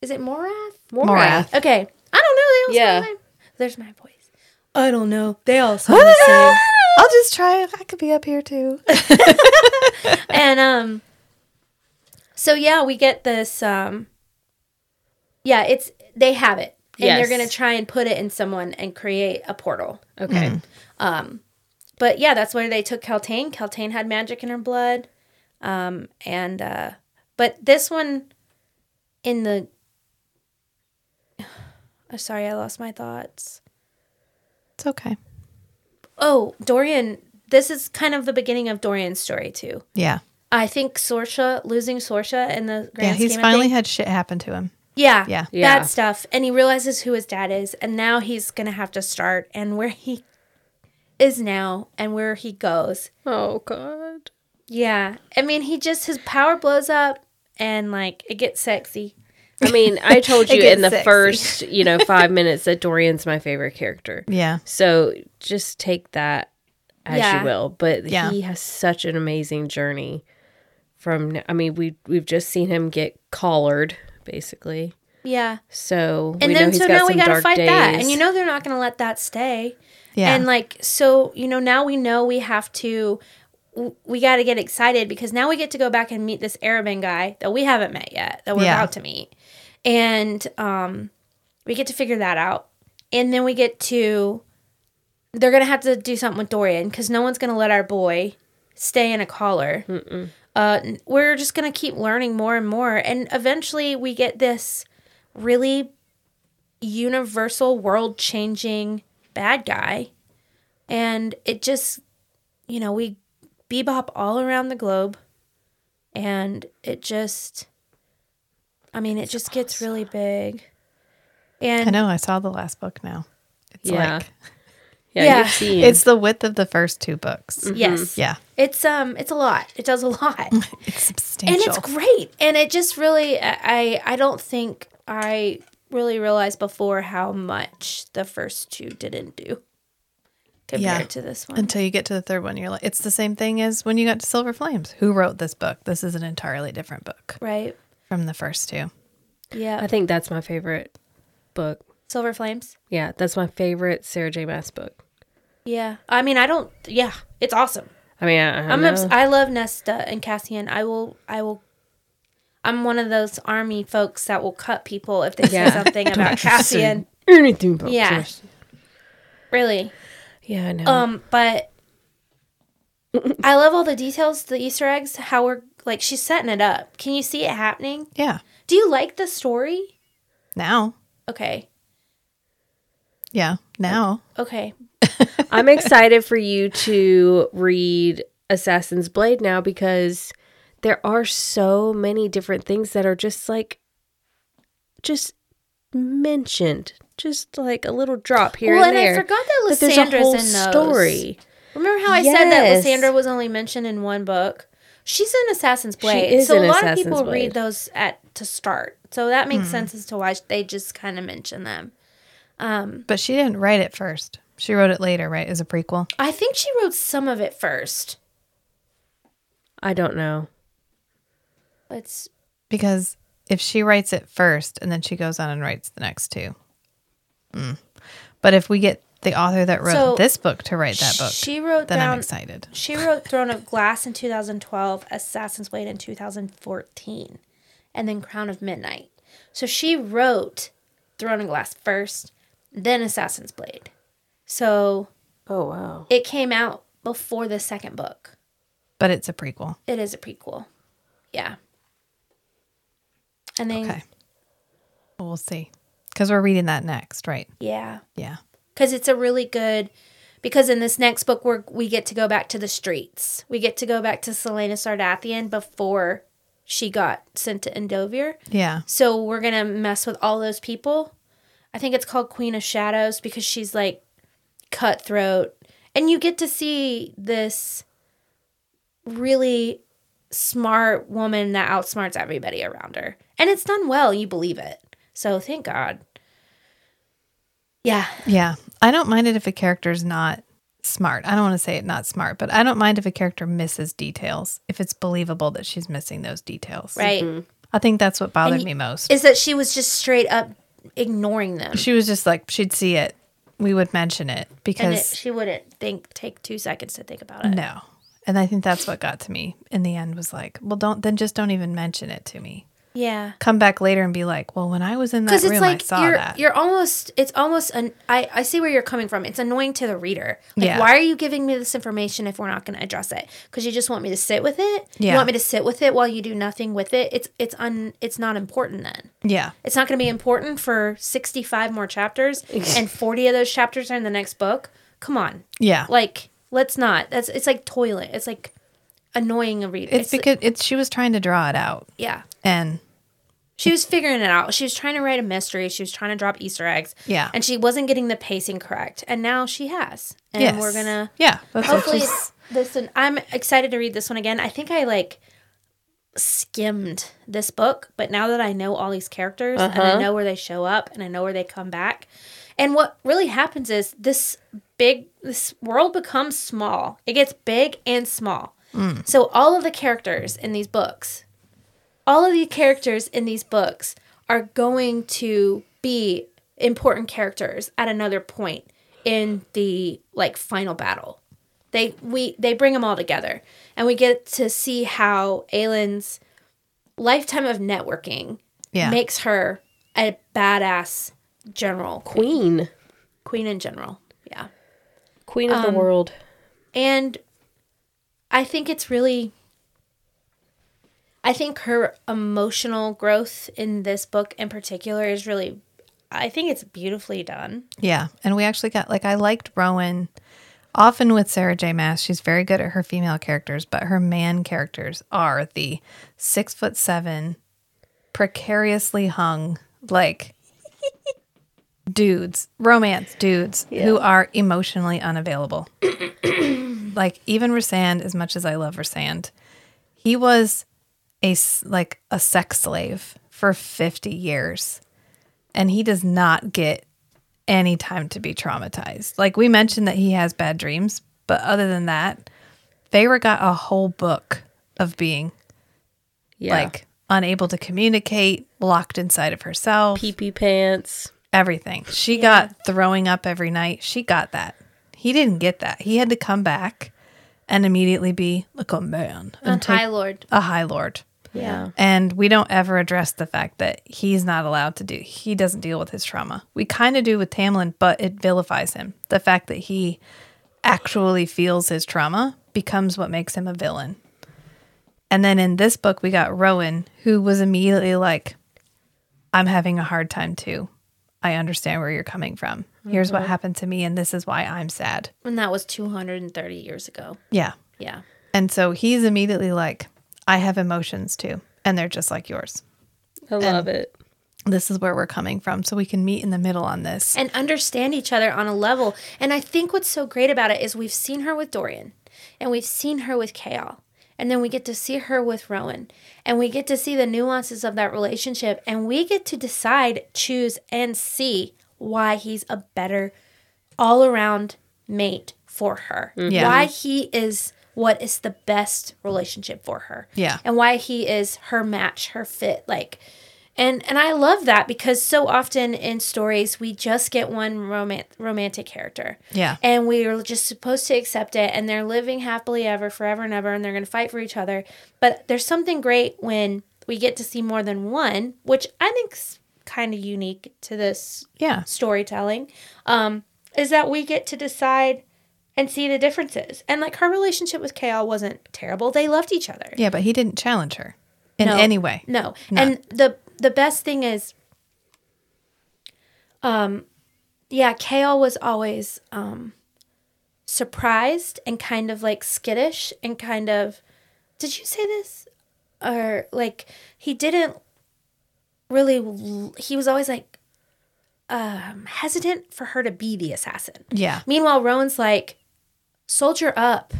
[SPEAKER 3] Is it Morath?
[SPEAKER 1] Morath.
[SPEAKER 3] Okay. I don't know. They all
[SPEAKER 4] Yeah.
[SPEAKER 3] sound the same. There's my voice. I don't know. They all sound the same.
[SPEAKER 1] I'll just try it. I could be up here too.
[SPEAKER 3] And um so yeah, we get this um Yeah, it's they have it. And
[SPEAKER 4] Yes.
[SPEAKER 3] they're going to try and put it in someone and create a portal. Um,
[SPEAKER 4] Okay.
[SPEAKER 1] Mm.
[SPEAKER 3] But yeah, that's where they took Caltaine. Caltaine had magic in her blood. Um and uh but this one in the Oh, sorry, I lost my thoughts.
[SPEAKER 1] It's okay.
[SPEAKER 3] Oh, Dorian, this is kind of the beginning of Dorian's story too.
[SPEAKER 1] Yeah.
[SPEAKER 3] I think Sorsha losing Sorsha in the grand
[SPEAKER 1] yeah. He's
[SPEAKER 3] scheme
[SPEAKER 1] finally
[SPEAKER 3] of things.
[SPEAKER 1] had shit happen to him.
[SPEAKER 3] yeah,
[SPEAKER 1] Yeah.
[SPEAKER 4] Yeah.
[SPEAKER 3] that stuff, and he realizes who his dad is, and now he's gonna have to start and where he is now and where he goes.
[SPEAKER 4] Oh God.
[SPEAKER 3] Yeah, I mean, he just his power blows up and like it gets sexy.
[SPEAKER 4] I mean, I told
[SPEAKER 1] It
[SPEAKER 4] you
[SPEAKER 1] gets
[SPEAKER 4] in the
[SPEAKER 1] sexy.
[SPEAKER 4] first, you know, five minutes that Dorian's my favorite character.
[SPEAKER 1] Yeah.
[SPEAKER 4] So just take that as
[SPEAKER 3] Yeah.
[SPEAKER 4] you will. But
[SPEAKER 1] Yeah.
[SPEAKER 4] he has such an amazing journey. From I mean, we we've just seen him get collared basically.
[SPEAKER 3] Yeah,
[SPEAKER 4] So
[SPEAKER 3] and
[SPEAKER 4] we know
[SPEAKER 3] then
[SPEAKER 4] he's
[SPEAKER 3] so
[SPEAKER 4] got
[SPEAKER 3] now
[SPEAKER 4] some
[SPEAKER 3] we gotta
[SPEAKER 4] dark
[SPEAKER 3] fight
[SPEAKER 4] days.
[SPEAKER 3] that, and you know they're not gonna let that stay.
[SPEAKER 1] Yeah.
[SPEAKER 3] And like, so, you know, now we know we have to, w- we got to get excited because now we get to go back and meet this Arabian guy that we haven't met yet, that we're
[SPEAKER 1] Yeah.
[SPEAKER 3] about to meet. And um, we get to figure that out. And then we get to, they're going to have to do something with Dorian because no one's going to let our boy stay in a collar. Uh, n- we're just going to keep learning more and more. And eventually we get this really universal, world changing bad guy and it just you know we bebop all around the globe and it just i mean it just gets really big and
[SPEAKER 1] I know. I saw the last book now. It's
[SPEAKER 4] Yeah.
[SPEAKER 1] like
[SPEAKER 4] yeah,
[SPEAKER 3] yeah. Mm-hmm.
[SPEAKER 4] you've seen.
[SPEAKER 1] it's the width of the first two books.
[SPEAKER 3] yes
[SPEAKER 1] Mm-hmm. Yeah.
[SPEAKER 3] it's um it's a lot it does a lot
[SPEAKER 1] It's
[SPEAKER 3] and
[SPEAKER 1] substantial.
[SPEAKER 3] it's great and it just really i i I don't think i really realized before how much the first two didn't do compared
[SPEAKER 1] Yeah.
[SPEAKER 3] to this one.
[SPEAKER 1] Until you get to the third one, you're like, it's the same thing as when you got to Silver Flames. Who wrote this book? This is an entirely different book
[SPEAKER 3] right?
[SPEAKER 1] from the first two.
[SPEAKER 3] Yeah.
[SPEAKER 4] I think that's my favorite book.
[SPEAKER 3] Silver Flames.
[SPEAKER 4] Yeah, that's my favorite Sarah J. Mass book.
[SPEAKER 3] Yeah. I mean, I don't. Yeah, it's awesome.
[SPEAKER 4] I mean, I, I
[SPEAKER 3] I'm.
[SPEAKER 4] know.
[SPEAKER 3] Obs- I love Nesta and Cassian. I will. I will. I'm one of those army folks that will cut people if they say
[SPEAKER 4] Yeah.
[SPEAKER 3] something about Cassian.
[SPEAKER 4] anything about
[SPEAKER 3] Yeah.
[SPEAKER 4] Sarah's-
[SPEAKER 3] Really.
[SPEAKER 4] Yeah, I know.
[SPEAKER 3] Um, but I love all the details, the Easter eggs, how we're like she's setting it up. Can you see it happening?
[SPEAKER 1] Yeah.
[SPEAKER 3] Do you like the story?
[SPEAKER 1] Now.
[SPEAKER 3] Okay.
[SPEAKER 1] Yeah. Now.
[SPEAKER 3] Okay.
[SPEAKER 4] I'm excited for you to read Assassin's Blade now because there are so many different things that are just like just mentioned, just like a little drop here
[SPEAKER 3] well,
[SPEAKER 4] and
[SPEAKER 3] and
[SPEAKER 4] there.
[SPEAKER 3] I forgot that
[SPEAKER 4] but there's a
[SPEAKER 3] Lysandra's
[SPEAKER 4] whole
[SPEAKER 3] in those.
[SPEAKER 4] story.
[SPEAKER 3] Remember how I said that
[SPEAKER 4] Yes.
[SPEAKER 3] Lysandra was only mentioned in one book? She's in Assassin's Blade.
[SPEAKER 4] is
[SPEAKER 3] so
[SPEAKER 4] in
[SPEAKER 3] a lot
[SPEAKER 4] Assassin's
[SPEAKER 3] of people
[SPEAKER 4] Blade. Hmm.
[SPEAKER 3] read those at to start. So that makes sense as to why they just kind of mention them. Um,
[SPEAKER 1] But she didn't write it first. She wrote it later, right? As a prequel.
[SPEAKER 3] I think she wrote some of it first.
[SPEAKER 4] I don't know.
[SPEAKER 3] Let's
[SPEAKER 1] Because if she writes it first and then she goes on and writes the next two. Mm. But if we get the author that wrote
[SPEAKER 3] So,
[SPEAKER 1] this book to write that book,
[SPEAKER 3] She wrote
[SPEAKER 1] then I'm
[SPEAKER 3] down
[SPEAKER 1] excited.
[SPEAKER 3] She wrote Throne of Glass in 2012, Assassin's Blade in 2014, and then Crown of Midnight. So she wrote Throne of Glass first, then Assassin's Blade. So
[SPEAKER 4] Oh wow.
[SPEAKER 3] it came out before the second book.
[SPEAKER 1] But it's a prequel.
[SPEAKER 3] It is a prequel. Yeah. And then,
[SPEAKER 1] Okay. Well, we'll see. Because we're reading that next, right?
[SPEAKER 3] yeah.
[SPEAKER 1] Yeah.
[SPEAKER 3] because it's a really good because in this next book we we get to go back to the streets we get to go back to selena sardathian before she got sent to endovier
[SPEAKER 1] Yeah.
[SPEAKER 3] so we're gonna mess with all those people i think it's called queen of shadows because she's like cutthroat and you get to see this really smart woman that outsmarts everybody around her and it's done well you believe it so thank god yeah
[SPEAKER 1] Yeah. I don't mind it if a character's not smart. I don't want to say it not smart, but I don't mind if a character misses details if it's believable that she's missing those details.
[SPEAKER 3] right
[SPEAKER 1] I think that's what bothered
[SPEAKER 3] you-
[SPEAKER 1] me most.
[SPEAKER 3] is that she was just straight up ignoring them
[SPEAKER 1] She was just like she'd see it, we would mention it
[SPEAKER 3] and it,
[SPEAKER 1] because
[SPEAKER 3] she wouldn't think take two seconds to think about it
[SPEAKER 1] no. And I think that's what got to me in the end was like, well, don't then just don't even mention it to me.
[SPEAKER 3] yeah
[SPEAKER 1] Come back later and be like, well, when I was in that
[SPEAKER 3] because
[SPEAKER 1] room,
[SPEAKER 3] it's
[SPEAKER 1] I
[SPEAKER 3] like
[SPEAKER 1] saw
[SPEAKER 3] you're
[SPEAKER 1] that.
[SPEAKER 3] you're almost it's almost an I I see where you're coming from. It's annoying to the reader. Like,
[SPEAKER 1] Yeah.
[SPEAKER 3] why are you giving me this information if we're not going to address it? Because you just want me to sit with it.
[SPEAKER 1] Yeah.
[SPEAKER 3] You want me to sit with it while you do nothing with it. It's it's un it's not important then.
[SPEAKER 1] yeah,
[SPEAKER 3] It's not going to be important for sixty five more chapters, and forty of those chapters are in the next book. Come on,
[SPEAKER 1] yeah.
[SPEAKER 3] like let's not. That's it's like toilet. It's like annoying a reader.
[SPEAKER 1] it's, because it's she was trying to draw it out,
[SPEAKER 3] yeah.
[SPEAKER 1] and
[SPEAKER 3] She was figuring it out. She was trying to write a mystery. She was trying to drop Easter eggs.
[SPEAKER 1] Yeah.
[SPEAKER 3] And she wasn't getting the pacing correct. And now she has. And
[SPEAKER 1] yes,
[SPEAKER 3] we're gonna
[SPEAKER 1] yeah. That's what
[SPEAKER 3] hopefully
[SPEAKER 1] she's-
[SPEAKER 3] it's this one I'm excited to read this one again. I think I like skimmed this book, but now that I know all these characters and I know where they show up and I know where they come back. And what really happens is this big this world becomes small. It gets big and small. So all of the characters in these books all of the characters in these books are going to be important characters at another point in the like final battle. They we they bring them all together and we get to see how Aelin's lifetime of networking
[SPEAKER 1] Yeah.
[SPEAKER 3] makes her a badass general queen,
[SPEAKER 4] Queen.
[SPEAKER 3] queen in general. Yeah.
[SPEAKER 4] Queen of the world.
[SPEAKER 3] And I think it's really I think her emotional growth in this book in particular is really I think it's beautifully done.
[SPEAKER 1] Yeah. And we actually got like I liked Rowan. Often with Sarah J. Mass, she's very good at her female characters, but her man characters are the six foot seven, precariously hung, like dudes, romance dudes who are emotionally unavailable. like even Rasand, as much as I love Rasand, he was a s- like a sex slave for 50 years and he does not get any time to be traumatized. Like we mentioned that he has bad dreams, but other than that, Feyre got a whole book of being
[SPEAKER 4] Yeah.
[SPEAKER 1] like unable to communicate, locked inside of herself,
[SPEAKER 4] pee pee pants.
[SPEAKER 1] everything. She got throwing up every night. She got that. He didn't get that. He had to come back and immediately be like a man and
[SPEAKER 3] And
[SPEAKER 1] take
[SPEAKER 3] High Lord.
[SPEAKER 1] a high lord.
[SPEAKER 4] Yeah.
[SPEAKER 1] And we don't ever address the fact that he's not allowed to do, he doesn't deal with his trauma. We kind of do with Tamlin, but it vilifies him. The fact that he actually feels his trauma becomes what makes him a villain. And then in this book, we got Rowan, who was immediately like, I'm having a hard time too. I understand where you're coming from. Here's what happened to me, and this is why I'm sad.
[SPEAKER 3] And that was 230 years ago.
[SPEAKER 1] Yeah.
[SPEAKER 3] Yeah.
[SPEAKER 1] And so he's immediately like, I have emotions too, and they're just like yours.
[SPEAKER 4] I love it.
[SPEAKER 1] this is where we're coming from so we can meet in the middle on this
[SPEAKER 3] and understand each other on a level. And I think what's so great about it is we've seen her with Dorian and we've seen her with Kale. And then we get to see her with Rowan and we get to see the nuances of that relationship and we get to decide, choose, and see why he's a better all around mate for her.
[SPEAKER 1] Yeah.
[SPEAKER 3] Why he is what is the best relationship for her.
[SPEAKER 1] Yeah.
[SPEAKER 3] And why he is her match, her fit. Like and and I love that because so often in stories we just get one romant romantic character.
[SPEAKER 1] Yeah.
[SPEAKER 3] And we are just supposed to accept it and they're living happily ever forever and ever and they're going to fight for each other. But there's something great when we get to see more than one, which I think's kind of unique to this
[SPEAKER 1] yeah
[SPEAKER 3] storytelling um, is that we get to decide and see the differences. And like her relationship with Kale wasn't terrible. They loved each other.
[SPEAKER 1] yeah but he didn't challenge her in
[SPEAKER 3] No.
[SPEAKER 1] any way
[SPEAKER 3] No. And the the best thing is um yeah, Kale was always um surprised and kind of like skittish and kind of did you say this? Or like he didn't really l- he was always like um hesitant for her to be the assassin.
[SPEAKER 1] yeah
[SPEAKER 3] Meanwhile, Rowan's like soldier up.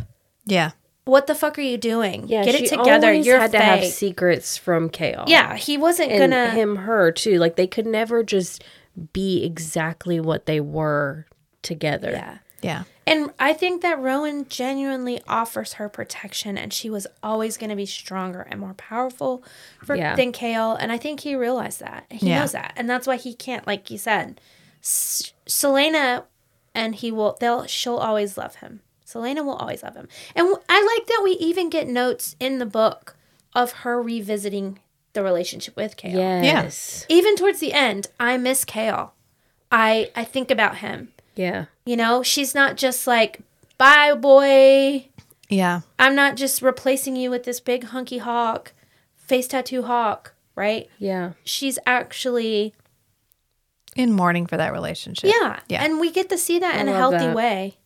[SPEAKER 1] yeah
[SPEAKER 3] What the fuck are you doing?
[SPEAKER 4] Yeah.
[SPEAKER 3] Get
[SPEAKER 4] she
[SPEAKER 3] it together.
[SPEAKER 4] always
[SPEAKER 3] You're
[SPEAKER 4] had
[SPEAKER 3] fake.
[SPEAKER 4] to have secrets from Kale.
[SPEAKER 3] yeah, he wasn't
[SPEAKER 4] and
[SPEAKER 3] gonna
[SPEAKER 4] him her too like they could never just be exactly what they were together
[SPEAKER 3] Yeah.
[SPEAKER 1] yeah
[SPEAKER 3] And I think that Rowan genuinely offers her protection and she was always going to be stronger and more powerful for,
[SPEAKER 4] Yeah.
[SPEAKER 3] than Kale. And I think he realized that. He
[SPEAKER 1] Yeah.
[SPEAKER 3] knows that. And that's why he can't, like you said, S- Selena and he will, they'll, she'll always love him. Selena will always love him. And w- I like that we even get notes in the book of her revisiting the relationship with Kale
[SPEAKER 4] yes
[SPEAKER 3] even towards the end i miss kale i i think about him
[SPEAKER 4] yeah
[SPEAKER 3] you know she's not just like bye boy
[SPEAKER 1] yeah
[SPEAKER 3] i'm not just replacing you with this big hunky hawk face tattoo hawk right
[SPEAKER 4] yeah
[SPEAKER 3] she's actually
[SPEAKER 1] in mourning for that relationship
[SPEAKER 3] yeah,
[SPEAKER 1] yeah
[SPEAKER 3] and we get to see that in a
[SPEAKER 4] love
[SPEAKER 3] healthy
[SPEAKER 4] that.
[SPEAKER 3] way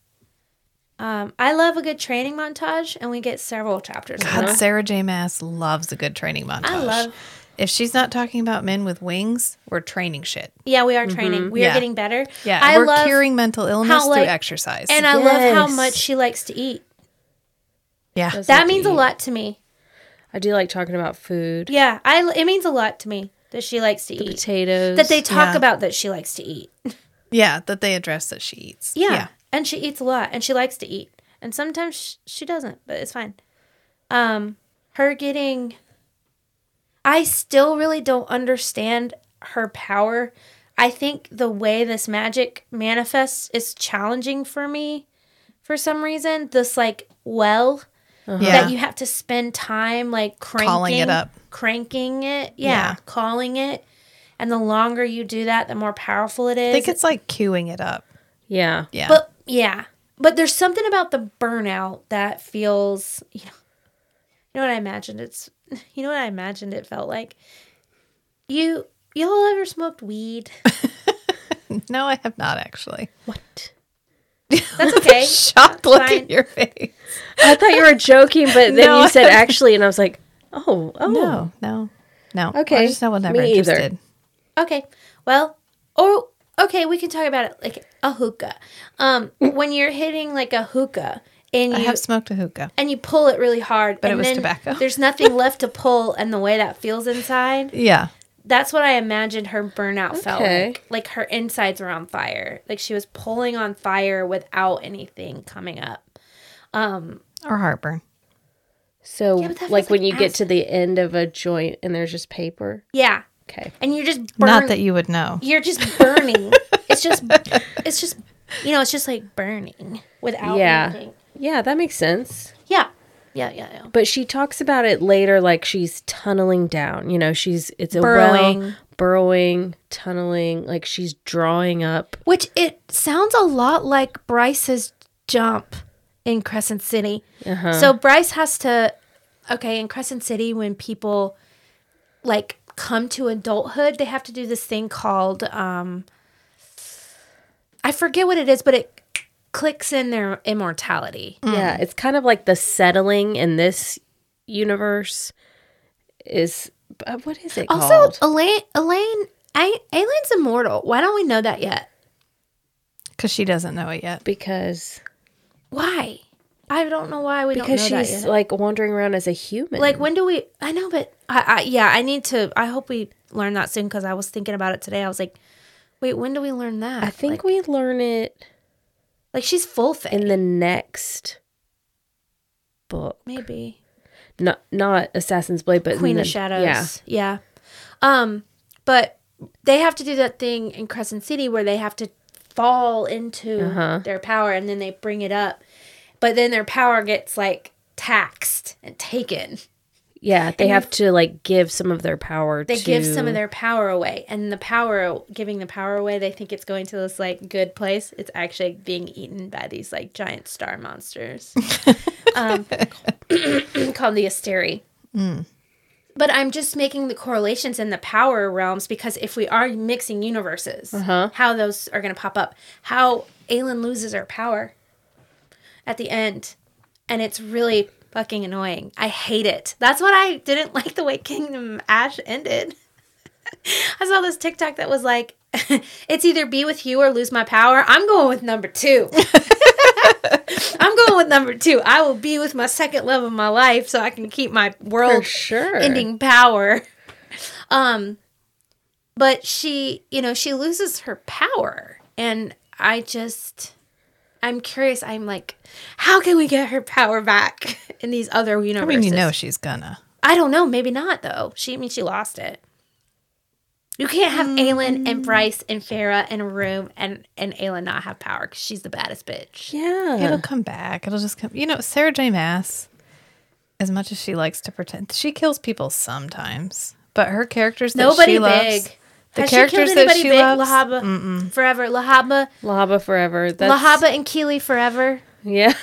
[SPEAKER 3] um, I love a good training montage, and we get several chapters. of
[SPEAKER 1] God,
[SPEAKER 3] that.
[SPEAKER 1] Sarah J. Mass loves a good training montage.
[SPEAKER 3] love-
[SPEAKER 1] If she's not talking about men with wings, we're training shit.
[SPEAKER 3] yeah, we are training. We are
[SPEAKER 1] Yeah.
[SPEAKER 3] getting better.
[SPEAKER 1] Yeah,
[SPEAKER 3] I
[SPEAKER 1] we're
[SPEAKER 3] love,
[SPEAKER 1] curing mental illness
[SPEAKER 3] like-
[SPEAKER 1] through exercise.
[SPEAKER 3] and I love how
[SPEAKER 4] Yes.
[SPEAKER 3] much she likes to eat.
[SPEAKER 1] yeah,
[SPEAKER 4] That's
[SPEAKER 3] That
[SPEAKER 4] like
[SPEAKER 3] means a
[SPEAKER 4] eat.
[SPEAKER 3] lot to me.
[SPEAKER 4] i do like talking about food
[SPEAKER 3] Yeah, I it means a lot to me that she likes to eat.
[SPEAKER 4] potatoes
[SPEAKER 3] That they talk
[SPEAKER 1] Yeah.
[SPEAKER 3] about that she likes to eat.
[SPEAKER 1] yeah, that they address that she eats.
[SPEAKER 3] Yeah. And she eats a lot and she likes to eat. And sometimes sh- she doesn't, but it's fine. Um her getting I still really don't understand her power. I think the way this magic manifests is challenging for me for some reason. This like well
[SPEAKER 1] yeah,
[SPEAKER 3] Uh-huh. that you have to spend time like cranking
[SPEAKER 1] Calling it up.
[SPEAKER 3] cranking it, yeah,
[SPEAKER 1] Yeah.
[SPEAKER 3] calling it. And the longer you do that, the more powerful it is.
[SPEAKER 1] I think it's like queuing it up.
[SPEAKER 4] yeah
[SPEAKER 1] Yeah,
[SPEAKER 3] but yeah, but there's something about the burnout that feels, you know, you know what I imagined it's, you know what I imagined it felt like. You y'all ever smoked weed?
[SPEAKER 1] no, I have not actually.
[SPEAKER 4] what
[SPEAKER 3] That's okay.
[SPEAKER 1] Shocked look
[SPEAKER 3] Fine.
[SPEAKER 1] at your face.
[SPEAKER 4] i thought you were joking but then
[SPEAKER 1] No.
[SPEAKER 4] you said actually and i was like oh oh
[SPEAKER 1] No, no, no.
[SPEAKER 4] Okay,
[SPEAKER 1] I just know we're never
[SPEAKER 4] me either.
[SPEAKER 1] interested.
[SPEAKER 3] Okay. Well, or okay, we can talk about it like a hookah. Um, when you're hitting like a hookah and you
[SPEAKER 1] I have smoked a hookah.
[SPEAKER 3] and you pull it really hard,
[SPEAKER 1] But it
[SPEAKER 3] and
[SPEAKER 1] was
[SPEAKER 3] then
[SPEAKER 1] tobacco.
[SPEAKER 3] There's nothing left to pull, and the way that feels inside,
[SPEAKER 1] Yeah.
[SPEAKER 3] that's what I imagined her burnout felt
[SPEAKER 4] Okay.
[SPEAKER 3] like. Like her insides were on fire. Like she was pulling on fire without anything coming up. Um,
[SPEAKER 1] or heartburn.
[SPEAKER 4] So,
[SPEAKER 3] Yeah, but that
[SPEAKER 4] like
[SPEAKER 3] feels
[SPEAKER 4] when
[SPEAKER 3] like
[SPEAKER 4] you get to the end of a joint and there's just paper.
[SPEAKER 3] yeah,
[SPEAKER 4] Okay.
[SPEAKER 3] and you're just
[SPEAKER 1] Not
[SPEAKER 3] burning.
[SPEAKER 1] that you would know.
[SPEAKER 3] you're just burning. it's just, it's just, you know, it's just like burning without
[SPEAKER 4] Yeah.
[SPEAKER 3] anything.
[SPEAKER 4] Yeah, that makes sense.
[SPEAKER 3] Yeah, yeah, yeah, yeah.
[SPEAKER 4] But she talks about it later, like she's tunneling down. You know, she's it's a well,
[SPEAKER 3] Burrowing.
[SPEAKER 4] burrowing, tunneling. Like she's drawing up.
[SPEAKER 3] Which it sounds a lot like Bryce's jump in Crescent City.
[SPEAKER 4] Uh-huh.
[SPEAKER 3] So Bryce has to, okay, in Crescent City, when people like come to adulthood, they have to do this thing called, um, I forget what it is, but it clicks in their immortality.
[SPEAKER 4] Yeah, it's kind of like the settling in this universe is. Uh, what is it
[SPEAKER 3] Also,
[SPEAKER 4] called?
[SPEAKER 3] Elaine, Elaine, I, Elaine's immortal. Why don't we know that yet?
[SPEAKER 1] Because she doesn't know it yet.
[SPEAKER 4] because
[SPEAKER 3] Why? I don't know why we
[SPEAKER 4] because
[SPEAKER 3] don't know that
[SPEAKER 4] she's
[SPEAKER 3] yet.
[SPEAKER 4] like wandering around as a human.
[SPEAKER 3] Like when do we? I know, but I, I yeah, I need to. I hope we learn that soon because I was thinking about it today. I was like, wait, when do we learn that?
[SPEAKER 4] I think
[SPEAKER 3] like,
[SPEAKER 4] we learn it
[SPEAKER 3] like she's full thing.
[SPEAKER 4] in the next book.
[SPEAKER 3] Maybe
[SPEAKER 4] Not not Assassin's Blade, but in
[SPEAKER 3] Queen
[SPEAKER 4] the,
[SPEAKER 3] of Shadows.
[SPEAKER 4] Yeah,
[SPEAKER 3] yeah. Um, but they have to do that thing in Crescent City where they have to fall into
[SPEAKER 4] Uh-huh.
[SPEAKER 3] their power and then they bring it up, but then their power gets like taxed and taken.
[SPEAKER 4] yeah. They
[SPEAKER 3] And
[SPEAKER 4] have to like give some of their power.
[SPEAKER 3] they
[SPEAKER 4] to,
[SPEAKER 3] give some of their power away and the power giving the power away they think it's going to this like good place it's actually being eaten by these like giant star monsters um, called the asteri
[SPEAKER 4] Hmm.
[SPEAKER 3] but i'm just making the correlations in the power realms because if we are mixing universes
[SPEAKER 4] Uh-huh.
[SPEAKER 3] how those are going to pop up how Aelin loses her power at the end and it's really fucking annoying. I hate it. That's what I didn't like the way Kingdom Ash ended. I saw this TikTok that was like, it's either be with you or lose my power. I'm going with number two. I'm going with number two. I will be with my second love of my life so I can keep my
[SPEAKER 4] for
[SPEAKER 3] world
[SPEAKER 4] sure
[SPEAKER 3] ending power. Um, but she, you know, she loses her power, and I just, I'm curious. I'm like, how can we get her power back in these other
[SPEAKER 1] I
[SPEAKER 3] universes?
[SPEAKER 1] mean, you know she's gonna.
[SPEAKER 3] I don't know. Maybe not though. She, I mean, she lost it. You can't have Aelin
[SPEAKER 1] Mm.
[SPEAKER 3] and Bryce and Farah in a room and and Aelin not have power because she's the baddest bitch.
[SPEAKER 1] It'll
[SPEAKER 4] Yeah,
[SPEAKER 1] come back. It'll just come. You know, Sarah J. Mass, as much as she likes to pretend, she kills people sometimes. But her characters that
[SPEAKER 3] Nobody
[SPEAKER 1] she
[SPEAKER 3] big.
[SPEAKER 1] loves, the
[SPEAKER 3] Has
[SPEAKER 1] characters
[SPEAKER 3] she killed
[SPEAKER 1] that
[SPEAKER 3] anybody
[SPEAKER 1] she
[SPEAKER 3] big?
[SPEAKER 1] loves,
[SPEAKER 3] Lahaba forever. Lahaba,
[SPEAKER 4] Lahaba forever. That's,
[SPEAKER 3] Lahaba, and Keely forever.
[SPEAKER 4] Yeah,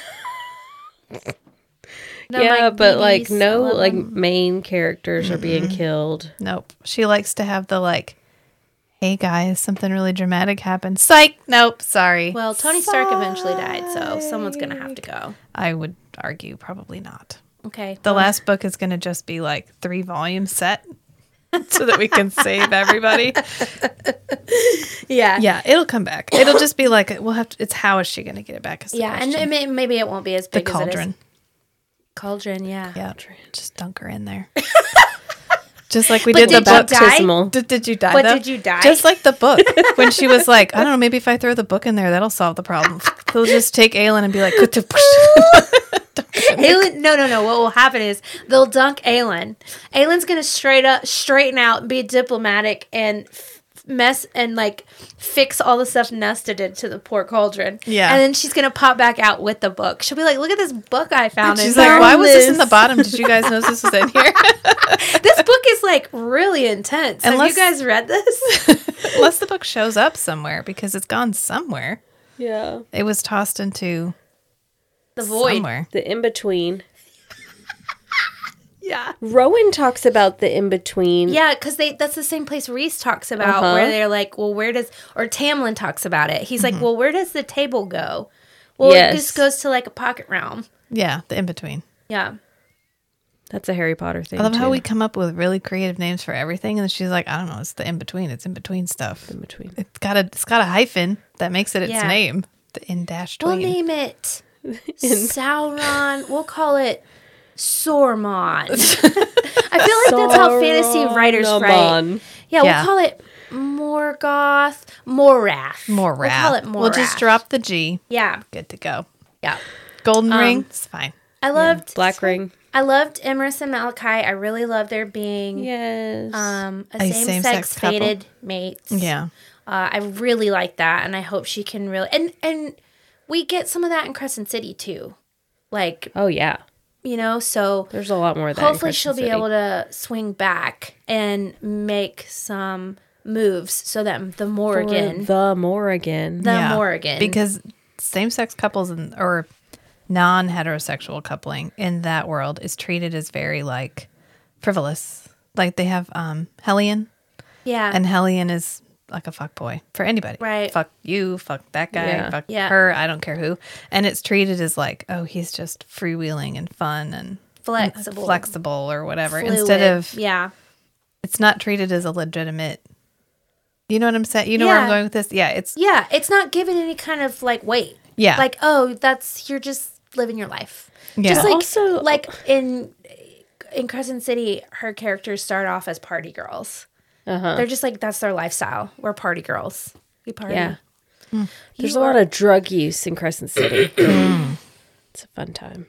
[SPEAKER 3] No,
[SPEAKER 4] yeah,
[SPEAKER 3] Mike
[SPEAKER 4] but
[SPEAKER 3] Beatties,
[SPEAKER 4] like no
[SPEAKER 3] I love Mm-hmm.
[SPEAKER 4] like
[SPEAKER 3] him.
[SPEAKER 4] main characters are being killed.
[SPEAKER 1] Nope. She likes to have the like, hey guys, something really dramatic happened. Psych. Nope. Sorry.
[SPEAKER 3] Well, Tony Stark eventually died, so someone's gonna have to go.
[SPEAKER 1] I would argue probably not.
[SPEAKER 3] Okay.
[SPEAKER 1] The last book is going to just be like three volume set so that we can save everybody.
[SPEAKER 3] yeah. Yeah.
[SPEAKER 1] Yeah, it'll come back. It'll just be like we'll have to, it's how is she going to get it back? Is the
[SPEAKER 3] and
[SPEAKER 1] question.
[SPEAKER 3] it may, maybe it won't be as
[SPEAKER 1] the
[SPEAKER 3] big as it
[SPEAKER 1] cauldron.
[SPEAKER 3] is. Cauldron, yeah.
[SPEAKER 1] Yeah, just dunk her in there. just like we
[SPEAKER 3] But
[SPEAKER 1] did,
[SPEAKER 3] did
[SPEAKER 1] the
[SPEAKER 3] you
[SPEAKER 1] book.
[SPEAKER 3] die?
[SPEAKER 4] Baptismal.
[SPEAKER 1] Did, did you die?
[SPEAKER 3] But
[SPEAKER 1] though?
[SPEAKER 3] did you die?
[SPEAKER 1] Just like the book when she was like, I don't know, maybe if I throw the book in there, that'll solve the problem. They'll just take Aelin and be like, "Good to
[SPEAKER 3] Aelin, no, no, no. What will happen is they'll dunk Aelin. Aelin's gonna straight up, straighten out, and be diplomatic and f- mess and like fix all the stuff Nesta did to the poor cauldron.
[SPEAKER 1] Yeah.
[SPEAKER 3] And then she's gonna pop back out with the book. She'll be like, "Look at this book I found." in
[SPEAKER 1] She's
[SPEAKER 3] here."
[SPEAKER 1] like, why was this in
[SPEAKER 4] this.
[SPEAKER 1] the bottom? Did you guys know this was in here?
[SPEAKER 3] this book is like really intense.
[SPEAKER 1] Unless-
[SPEAKER 3] Have you guys read this?
[SPEAKER 1] Unless the book shows up somewhere because it's gone somewhere.
[SPEAKER 4] Yeah,
[SPEAKER 1] It was tossed into
[SPEAKER 3] the void.
[SPEAKER 1] somewhere.
[SPEAKER 4] the in between.
[SPEAKER 3] Yeah.
[SPEAKER 4] Rowan talks about the in between.
[SPEAKER 3] Yeah, because they that's the same place Reese talks about
[SPEAKER 4] Uh-huh.
[SPEAKER 3] where they're like, well, where does or Tamlin talks about it. He's like, well, where does the table go? Well,
[SPEAKER 4] Yes.
[SPEAKER 3] it just goes to like a pocket realm.
[SPEAKER 1] Yeah, the in between.
[SPEAKER 3] Yeah,
[SPEAKER 4] that's a Harry Potter thing.
[SPEAKER 1] I love how
[SPEAKER 4] too.
[SPEAKER 1] we come up with really creative names for everything, and she's like, I don't know, it's the in between. It's in between stuff.
[SPEAKER 4] in between.
[SPEAKER 1] It's got a it's got a hyphen that makes it its
[SPEAKER 3] Yeah.
[SPEAKER 1] name. The in dash
[SPEAKER 3] we'll
[SPEAKER 1] tween.
[SPEAKER 3] name it Sauron. We'll call it Sormon. I feel like that's how fantasy writers write.
[SPEAKER 4] Saruman.
[SPEAKER 3] Yeah,
[SPEAKER 1] Yeah.
[SPEAKER 3] we'll call it Morgoth, Morath.
[SPEAKER 1] More
[SPEAKER 3] We'll call it
[SPEAKER 1] wrath.
[SPEAKER 3] Morath.
[SPEAKER 1] We'll just drop the G.
[SPEAKER 3] Yeah,
[SPEAKER 1] Good to go.
[SPEAKER 3] yeah. Um,
[SPEAKER 1] Golden ring. It's fine.
[SPEAKER 3] I loved
[SPEAKER 4] Black ring.
[SPEAKER 3] I loved Emrys and Malachi. I really loved their being
[SPEAKER 4] Yes.
[SPEAKER 3] Mm-hmm. um, a,
[SPEAKER 1] A
[SPEAKER 3] same-sex,
[SPEAKER 1] same-sex couple.
[SPEAKER 3] fated mate.
[SPEAKER 1] Yeah.
[SPEAKER 3] Uh, I really like that, and I hope she can really and and we get some of that in Crescent City too, like
[SPEAKER 4] oh yeah.
[SPEAKER 3] you know. So
[SPEAKER 4] There's a lot more of that. in
[SPEAKER 3] hopefully she'll
[SPEAKER 4] Crescent
[SPEAKER 3] be
[SPEAKER 4] City.
[SPEAKER 3] able to swing back and make some moves so that the
[SPEAKER 4] For
[SPEAKER 3] Morgan, the,
[SPEAKER 4] The Morrigan.
[SPEAKER 1] Yeah.
[SPEAKER 3] Morgan,
[SPEAKER 1] Because same sex couples and or non heterosexual coupling in that world is treated as very like frivolous. Like they have um Hellion
[SPEAKER 3] yeah,
[SPEAKER 1] and Hellion is like a fuck boy for anybody.
[SPEAKER 3] Right.
[SPEAKER 1] Fuck you, fuck that guy,
[SPEAKER 4] Yeah.
[SPEAKER 1] fuck
[SPEAKER 3] Yeah.
[SPEAKER 1] her, I don't care who. And it's treated as like, oh, he's just freewheeling and fun and
[SPEAKER 3] flexible,
[SPEAKER 1] flexible or whatever.
[SPEAKER 3] fluid.
[SPEAKER 1] Instead of
[SPEAKER 3] yeah,
[SPEAKER 1] it's not treated as a legitimate you know what I'm saying? You know where I'm
[SPEAKER 3] Yeah.
[SPEAKER 1] going with this? Yeah, it's
[SPEAKER 3] yeah, it's not given any kind of like weight.
[SPEAKER 1] Yeah.
[SPEAKER 3] like oh, that's you're just living your life.
[SPEAKER 1] yeah.
[SPEAKER 3] Just like
[SPEAKER 4] Also-
[SPEAKER 3] like in in Crescent City, her characters start off as party girls.
[SPEAKER 4] Uh-huh.
[SPEAKER 3] They're just like that's their lifestyle. We're party girls. We party.
[SPEAKER 4] Yeah.
[SPEAKER 3] You
[SPEAKER 4] There's a lot
[SPEAKER 3] are-
[SPEAKER 4] of drug use in Crescent City. it's a fun time.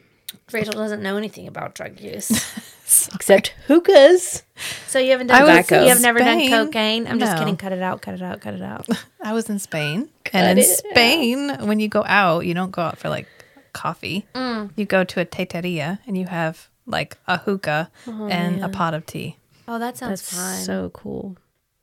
[SPEAKER 3] Rachel doesn't know anything about drug use,
[SPEAKER 4] Except hookahs.
[SPEAKER 3] so you haven't
[SPEAKER 1] I
[SPEAKER 3] done.
[SPEAKER 1] was
[SPEAKER 3] coke- You have
[SPEAKER 1] in
[SPEAKER 3] never
[SPEAKER 1] Spain.
[SPEAKER 3] done cocaine. I'm just
[SPEAKER 1] No.
[SPEAKER 3] kidding. Cut it out. Cut it out. Cut it out.
[SPEAKER 1] I was in Spain. and in
[SPEAKER 4] it out.
[SPEAKER 1] Spain, when you go out, you don't go out for like coffee.
[SPEAKER 3] Mm.
[SPEAKER 1] You go to a teteria and you have like a hookah and a pot of tea.
[SPEAKER 3] Oh, that sounds fun.
[SPEAKER 4] So cool.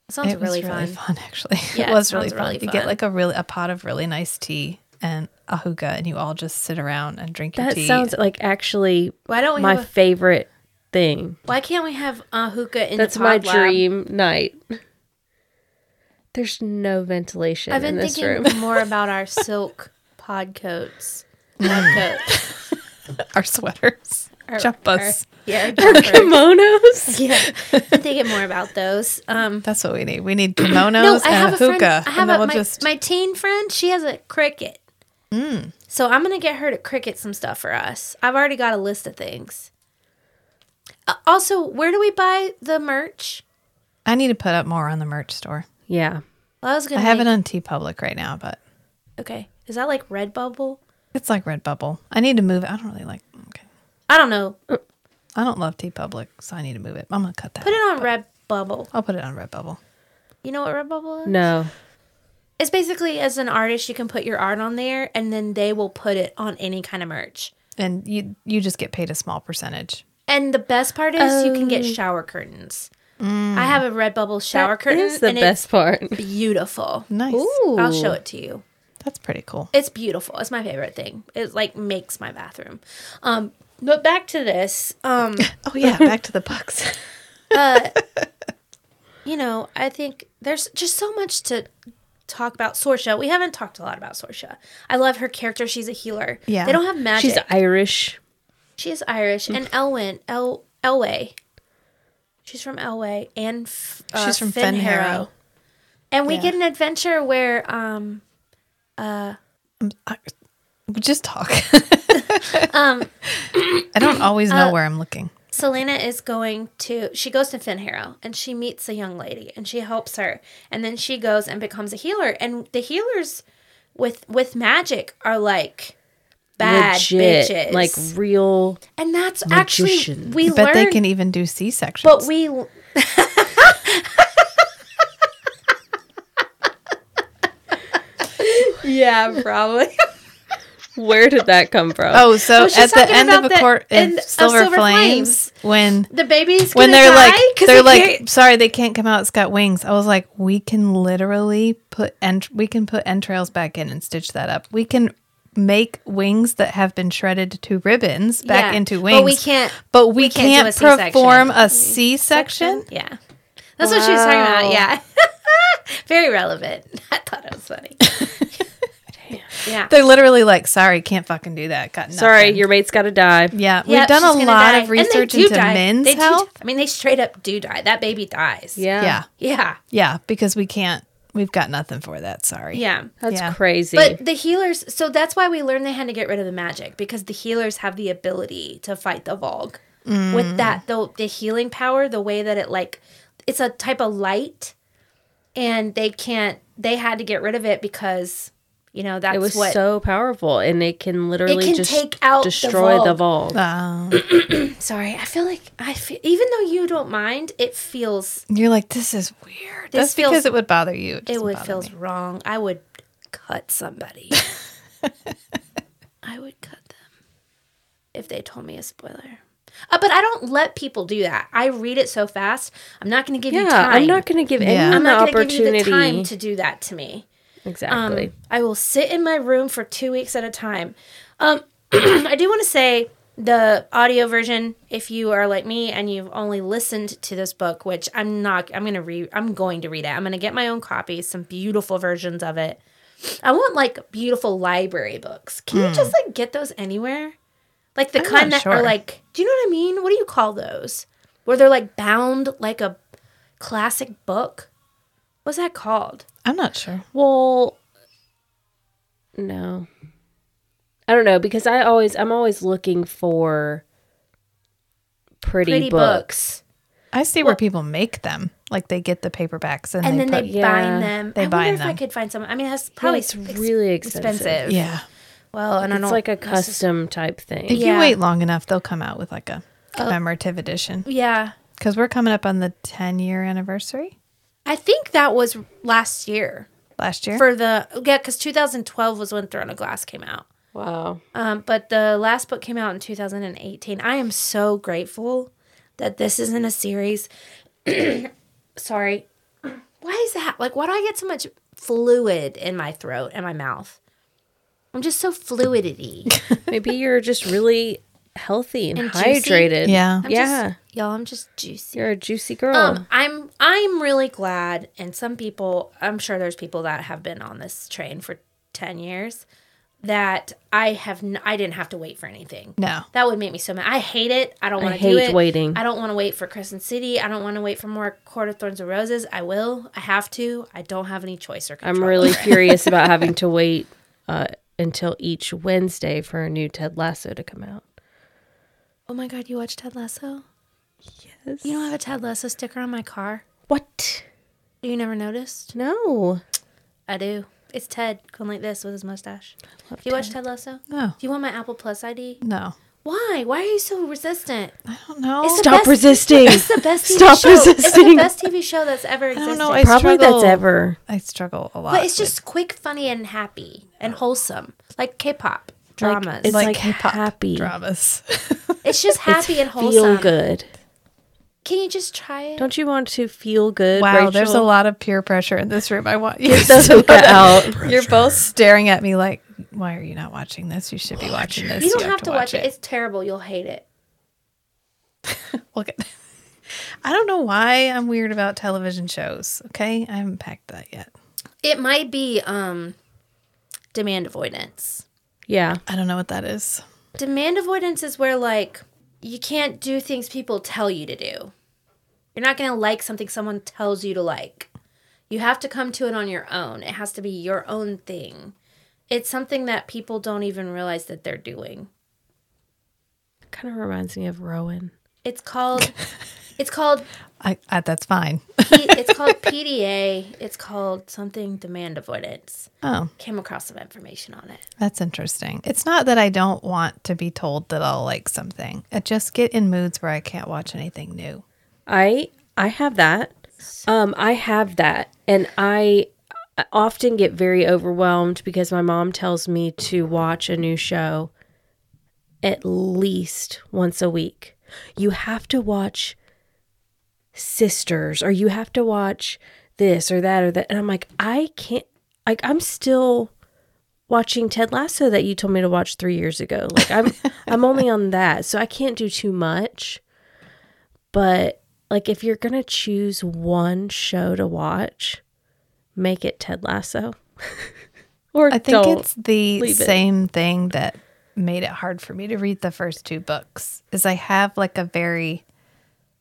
[SPEAKER 3] that sounds
[SPEAKER 1] it
[SPEAKER 3] really,
[SPEAKER 1] was really
[SPEAKER 3] fun.
[SPEAKER 1] fun, actually.
[SPEAKER 3] Yeah,
[SPEAKER 1] it
[SPEAKER 3] it
[SPEAKER 1] was really
[SPEAKER 3] sounds
[SPEAKER 1] fun.
[SPEAKER 3] really
[SPEAKER 1] You get
[SPEAKER 3] fun.
[SPEAKER 1] like a really a pot of really nice tea and a hookah, and you all just sit around and drink your
[SPEAKER 4] That
[SPEAKER 1] tea.
[SPEAKER 4] sounds like actually
[SPEAKER 3] Why don't we?
[SPEAKER 4] my
[SPEAKER 3] Oh, have a,
[SPEAKER 4] favorite thing.
[SPEAKER 3] why can't we have uh, hookah in
[SPEAKER 4] That's
[SPEAKER 3] the
[SPEAKER 4] my
[SPEAKER 3] pod lab?
[SPEAKER 4] dream night. There's no ventilation
[SPEAKER 3] I've been
[SPEAKER 4] in this
[SPEAKER 3] thinking
[SPEAKER 4] room.
[SPEAKER 3] more about our silk pod coats. Pod coats.
[SPEAKER 1] our sweaters,
[SPEAKER 3] Our-
[SPEAKER 1] jumpas.
[SPEAKER 3] our- yeah, our jumpers.
[SPEAKER 4] Kimonos.
[SPEAKER 3] yeah. I'm thinking more about those. Um,
[SPEAKER 1] That's what we need. We need kimonos
[SPEAKER 3] no,
[SPEAKER 1] and
[SPEAKER 3] I have
[SPEAKER 1] a
[SPEAKER 3] a
[SPEAKER 1] hookah,
[SPEAKER 3] friend. I have
[SPEAKER 1] and then
[SPEAKER 3] a,
[SPEAKER 1] we'll
[SPEAKER 3] my,
[SPEAKER 1] just Mm.
[SPEAKER 3] my teen friend. She has a cricket. So I'm gonna get her to cricket some stuff for us. I've already got a list of things. Uh, also, where do we buy the merch?
[SPEAKER 1] I need to put up more on the merch store.
[SPEAKER 4] Yeah.
[SPEAKER 3] Well, I was
[SPEAKER 1] I
[SPEAKER 3] gonna.
[SPEAKER 1] have it
[SPEAKER 3] make-
[SPEAKER 1] on T Public right now, but
[SPEAKER 3] okay, is that like Redbubble?
[SPEAKER 1] It's like Redbubble. I need to move. it. I don't really like. Okay.
[SPEAKER 3] I don't know.
[SPEAKER 1] I don't love T Public, so I need to move it. I'm gonna cut that.
[SPEAKER 3] Put it on Redbubble.
[SPEAKER 1] I'll put it on Redbubble.
[SPEAKER 3] You know what Redbubble is?
[SPEAKER 4] No.
[SPEAKER 3] It's basically as an artist, you can put your art on there, and then they will put it on any kind of merch.
[SPEAKER 1] And you you just get paid a small percentage.
[SPEAKER 3] And the best part is you can get shower curtains. I have a Redbubble shower
[SPEAKER 4] Oh. Mm. That
[SPEAKER 3] curtain.
[SPEAKER 4] is the
[SPEAKER 3] and
[SPEAKER 4] best part.
[SPEAKER 3] It's beautiful.
[SPEAKER 1] Nice.
[SPEAKER 3] I'll show it to you.
[SPEAKER 1] That's pretty cool.
[SPEAKER 3] It's beautiful. It's my favorite thing. It like makes my bathroom. Um, but back to this. Um, uh,
[SPEAKER 1] Oh yeah, back to the bucks.
[SPEAKER 3] you know, I think there's just so much to talk about. Sorsha, we haven't talked a lot about Sorsha. I love her character. She's a healer.
[SPEAKER 1] Yeah.
[SPEAKER 3] they don't have magic.
[SPEAKER 4] She's Irish.
[SPEAKER 3] She is Irish and Elwyn El Elway. She's from Elway and f- uh,
[SPEAKER 1] She's from Fen
[SPEAKER 3] Finn
[SPEAKER 1] Harrow.
[SPEAKER 3] Harrow. And we get an adventure where um
[SPEAKER 1] I- Just talk.
[SPEAKER 3] Um,
[SPEAKER 1] I don't always
[SPEAKER 3] uh,
[SPEAKER 1] know where I'm looking.
[SPEAKER 3] Selena is going to she goes to Finn Harrow and she meets a young lady and she helps her and then she goes and becomes a healer and the healers with with magic are like bad bitches
[SPEAKER 4] Like real.
[SPEAKER 3] and that's
[SPEAKER 4] magicians.
[SPEAKER 3] actually we
[SPEAKER 1] But they
[SPEAKER 3] learn
[SPEAKER 1] can even do C sections.
[SPEAKER 3] but we
[SPEAKER 4] Yeah, probably. Where did that come from?
[SPEAKER 1] oh, so
[SPEAKER 3] Oh, she's
[SPEAKER 1] at the
[SPEAKER 3] talking
[SPEAKER 1] end of
[SPEAKER 3] about
[SPEAKER 1] a
[SPEAKER 3] the
[SPEAKER 1] court in
[SPEAKER 3] end of
[SPEAKER 1] Silver,
[SPEAKER 3] Silver
[SPEAKER 1] Flames, when
[SPEAKER 3] the baby's
[SPEAKER 1] when
[SPEAKER 3] gonna
[SPEAKER 1] they're
[SPEAKER 3] die
[SPEAKER 1] like
[SPEAKER 3] 'cause
[SPEAKER 1] they're
[SPEAKER 3] they
[SPEAKER 1] like
[SPEAKER 3] can't-
[SPEAKER 1] sorry they can't come out it's got wings i was like we can literally put and we can put entrails back in and stitch that up we can make wings that have been shredded to ribbons back
[SPEAKER 3] Yeah,
[SPEAKER 1] into
[SPEAKER 3] but
[SPEAKER 1] wings
[SPEAKER 3] we can't-
[SPEAKER 1] but we,
[SPEAKER 3] can't do
[SPEAKER 1] can't,
[SPEAKER 3] a C-section. Mm-hmm.
[SPEAKER 1] perform a c-section
[SPEAKER 3] Yeah. That's what she was talking about. Yeah. Very relevant. I thought it was funny. Yeah.
[SPEAKER 1] they're literally like sorry can't fucking do that got nothing.
[SPEAKER 4] Sorry, your mate's got to die.
[SPEAKER 1] yeah
[SPEAKER 3] Yep,
[SPEAKER 1] we've done
[SPEAKER 3] she's
[SPEAKER 1] a
[SPEAKER 3] gonna
[SPEAKER 1] lot
[SPEAKER 3] die.
[SPEAKER 1] of
[SPEAKER 3] And they
[SPEAKER 1] research
[SPEAKER 3] do
[SPEAKER 1] into
[SPEAKER 3] die.
[SPEAKER 1] men's
[SPEAKER 3] They do-
[SPEAKER 1] health
[SPEAKER 3] I mean, they straight up do die. That baby dies.
[SPEAKER 4] Yeah.
[SPEAKER 1] yeah
[SPEAKER 3] Yeah.
[SPEAKER 1] yeah because we can't we've got nothing for that sorry
[SPEAKER 3] Yeah.
[SPEAKER 4] That's
[SPEAKER 1] Yeah.
[SPEAKER 4] crazy.
[SPEAKER 3] But the healers, so that's why we learned they had to get rid of the magic because the healers have the
[SPEAKER 1] Mm.
[SPEAKER 3] ability to fight the Vogue. With that, though, the healing power, the way that it like it's a type of light, and they can't. They had to get rid of it because you know that's
[SPEAKER 4] It was
[SPEAKER 3] what
[SPEAKER 4] so powerful, and it can literally
[SPEAKER 3] can
[SPEAKER 4] just
[SPEAKER 3] take out the
[SPEAKER 4] destroy the
[SPEAKER 3] Volg.
[SPEAKER 4] vault.
[SPEAKER 1] Wow.
[SPEAKER 3] Sorry, I feel like I feel, even though you don't mind, it feels
[SPEAKER 1] You're like, this is weird.
[SPEAKER 3] This
[SPEAKER 1] That's because
[SPEAKER 3] feels-
[SPEAKER 1] it would bother you.
[SPEAKER 3] it
[SPEAKER 1] doesn't
[SPEAKER 3] would
[SPEAKER 1] bother
[SPEAKER 3] feels
[SPEAKER 1] me.
[SPEAKER 3] wrong. I would cut somebody. I would cut them if they told me a spoiler. Uh, but I don't let people do that. I read it so fast. I'm not going to give
[SPEAKER 4] Yeah,
[SPEAKER 3] you time.
[SPEAKER 4] I'm not going to give
[SPEAKER 1] Yeah.
[SPEAKER 4] anyone
[SPEAKER 3] I'm
[SPEAKER 4] the
[SPEAKER 3] not gonna give
[SPEAKER 4] opportunity.
[SPEAKER 3] you the time to do that to me. Um,
[SPEAKER 4] exactly.
[SPEAKER 3] I will sit in my room for two weeks at a time. Um, I do want to say the audio version, if you are like me and you've only listened to this book, which I'm not, I'm gonna read, I'm going to read it. I'm gonna get my own copy, some beautiful versions of it. I want like beautiful library books. Can you just like get those anywhere? Like the
[SPEAKER 1] I'm
[SPEAKER 3] kind that
[SPEAKER 1] not
[SPEAKER 3] are
[SPEAKER 1] sure.
[SPEAKER 3] like, do you know what I mean? What do you call those? Where they're like bound like a classic book. What's that called?
[SPEAKER 1] I'm not sure.
[SPEAKER 4] well, no, I don't know because I always I'm always looking for pretty,
[SPEAKER 3] Pretty
[SPEAKER 4] books.
[SPEAKER 3] books.
[SPEAKER 1] I see where people make them. Like they get the paperbacks and,
[SPEAKER 3] and
[SPEAKER 1] they
[SPEAKER 3] then
[SPEAKER 1] put,
[SPEAKER 3] they
[SPEAKER 4] yeah,
[SPEAKER 3] bind them.
[SPEAKER 1] they
[SPEAKER 3] I
[SPEAKER 1] bind
[SPEAKER 3] wonder if I
[SPEAKER 1] them.
[SPEAKER 3] could find some. I mean, that's probably
[SPEAKER 4] it's
[SPEAKER 3] ex-
[SPEAKER 4] really expensive.
[SPEAKER 1] yeah.
[SPEAKER 3] Well, and I
[SPEAKER 4] It's
[SPEAKER 3] don't
[SPEAKER 4] like a
[SPEAKER 3] this is-
[SPEAKER 4] custom type thing.
[SPEAKER 1] If
[SPEAKER 3] Yeah. Oh.
[SPEAKER 1] you wait long enough, they'll come out with like a commemorative edition.
[SPEAKER 3] Yeah,
[SPEAKER 1] Because we're coming up on the 10 year anniversary
[SPEAKER 3] I think that was last year
[SPEAKER 1] last year.
[SPEAKER 3] for the yeah, because 2012 was when Throne of Glass came out.
[SPEAKER 4] Wow.
[SPEAKER 3] Um, but the last book came out in 2018. I am so grateful that this isn't a series. Sorry. Why is that? Like, why do I get so much fluid in my throat and my mouth? I'm just so fluidity.
[SPEAKER 4] Maybe you're just really healthy and,
[SPEAKER 3] And juicy.
[SPEAKER 4] hydrated.
[SPEAKER 1] yeah.
[SPEAKER 3] I'm
[SPEAKER 4] Yeah.
[SPEAKER 3] just, y'all. I'm just juicy.
[SPEAKER 4] You're a juicy girl.
[SPEAKER 3] Um, I'm I'm really glad, and some people, I'm sure there's people that have been on this train for ten years, that I have n- I didn't have to wait for anything.
[SPEAKER 1] No.
[SPEAKER 3] That would make me so mad. I hate it. I don't
[SPEAKER 4] I
[SPEAKER 3] want to do
[SPEAKER 4] hate
[SPEAKER 3] it.
[SPEAKER 4] waiting.
[SPEAKER 3] I don't want to wait for Crescent City. I don't want to wait for more Court of Thorns and Roses. I will. I have to. I don't have any choice or control.
[SPEAKER 4] I'm really furious about having to wait uh, until each Wednesday for a new Ted Lasso to come out.
[SPEAKER 3] Oh my god! You watch Ted Lasso? Yes. You don't have a Ted Lasso sticker on my car?
[SPEAKER 4] What?
[SPEAKER 3] Do you never noticed?
[SPEAKER 4] No.
[SPEAKER 3] I do. It's Ted going like this with his mustache. Do you watch Ted Lasso?
[SPEAKER 1] No.
[SPEAKER 3] Do you want my Apple Plus ID?
[SPEAKER 1] Oh, No.
[SPEAKER 3] Why? Why are you so resistant?
[SPEAKER 1] I don't know.
[SPEAKER 3] It's the
[SPEAKER 4] Stop
[SPEAKER 3] best-
[SPEAKER 4] resisting.
[SPEAKER 3] It's the best TV
[SPEAKER 4] Stop
[SPEAKER 3] show. It's the
[SPEAKER 4] resisting.
[SPEAKER 3] best TV show that's ever
[SPEAKER 1] I
[SPEAKER 3] existed.
[SPEAKER 1] don't know. I
[SPEAKER 4] Probably
[SPEAKER 1] struggle,
[SPEAKER 4] that's ever.
[SPEAKER 1] I struggle a lot.
[SPEAKER 3] but it's
[SPEAKER 1] with-
[SPEAKER 3] just quick, funny, and happy and wholesome, like K-pop dramas.
[SPEAKER 4] it's
[SPEAKER 3] it's,
[SPEAKER 1] like,
[SPEAKER 4] like
[SPEAKER 1] K-pop
[SPEAKER 4] happy.
[SPEAKER 1] dramas.
[SPEAKER 3] just happy and
[SPEAKER 4] Feel
[SPEAKER 3] wholesome.
[SPEAKER 4] good.
[SPEAKER 3] Can you just try it?
[SPEAKER 4] Don't you want to feel good?
[SPEAKER 1] wow,
[SPEAKER 4] Rachel?
[SPEAKER 1] there's a lot of peer pressure in this room. I want you
[SPEAKER 4] Does
[SPEAKER 1] to
[SPEAKER 4] look that out.
[SPEAKER 1] You're both staring at me like, why are you not watching this? You should be watching this.
[SPEAKER 3] you don't have, to watch it. It's terrible. You'll hate it.
[SPEAKER 1] Look at I don't know why I'm weird about television shows. Okay, I haven't packed that yet.
[SPEAKER 3] It might be um demand avoidance.
[SPEAKER 4] Yeah.
[SPEAKER 1] I don't know what that is.
[SPEAKER 3] Demand avoidance is where like you can't do things people tell you to do. You're not going to like something someone tells you to like. You have to come to it on your own. It has to be your own thing. It's something that people don't even realize that they're doing.
[SPEAKER 4] Kind of reminds me of Rowan.
[SPEAKER 3] It's called it's called
[SPEAKER 1] I, I that's fine.
[SPEAKER 3] P, it's called PDA. It's called something demand avoidance.
[SPEAKER 1] oh,
[SPEAKER 3] Came across some information on it.
[SPEAKER 1] that's interesting. It's not that I don't want to be told that I'll like something. I just get in moods where I can't watch anything new.
[SPEAKER 4] I I have that. Um, I have that, and I I often get very overwhelmed because my mom tells me to watch a new show at least once a week. You have to watch Sisters, or you have to watch this or that or that, and I'm like, I can't. Like, I'm still watching Ted Lasso that you told me to watch three years ago. Like, I'm I'm only on that, so I can't do too much but like if you're gonna choose one show to watch make it ted lasso or
[SPEAKER 1] I think
[SPEAKER 4] don't.
[SPEAKER 1] it's the
[SPEAKER 4] leave it.
[SPEAKER 1] same thing that made it hard for me to read the first two books. Is I have like a very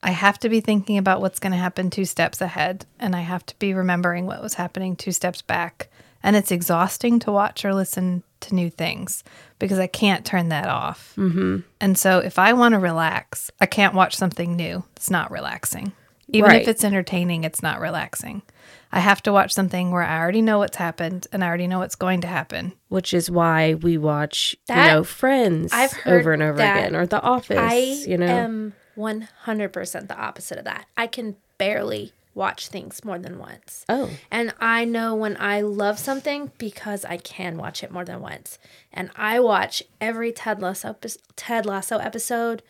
[SPEAKER 1] I have to be thinking about what's going to happen two steps ahead and I have to be remembering what was happening two steps back. And it's exhausting to watch or listen to new things because I can't turn that off. Mm-hmm. And so if I want to relax, I can't watch something new. It's not relaxing. Even
[SPEAKER 4] Right.
[SPEAKER 1] if it's entertaining, it's not relaxing. I have to watch something where I already know what's happened and I already know what's going to happen.
[SPEAKER 4] which is why we watch
[SPEAKER 3] That-
[SPEAKER 4] you know Friends
[SPEAKER 3] I've heard
[SPEAKER 4] over and over
[SPEAKER 3] that.
[SPEAKER 4] again or The Office.
[SPEAKER 3] I
[SPEAKER 4] you know,
[SPEAKER 3] am 100% the opposite of that. I can barely watch things more than once.
[SPEAKER 4] oh,
[SPEAKER 3] And I know when I love something because I can watch it more than once. And I watch every Ted Lasso, epi- Ted Lasso episode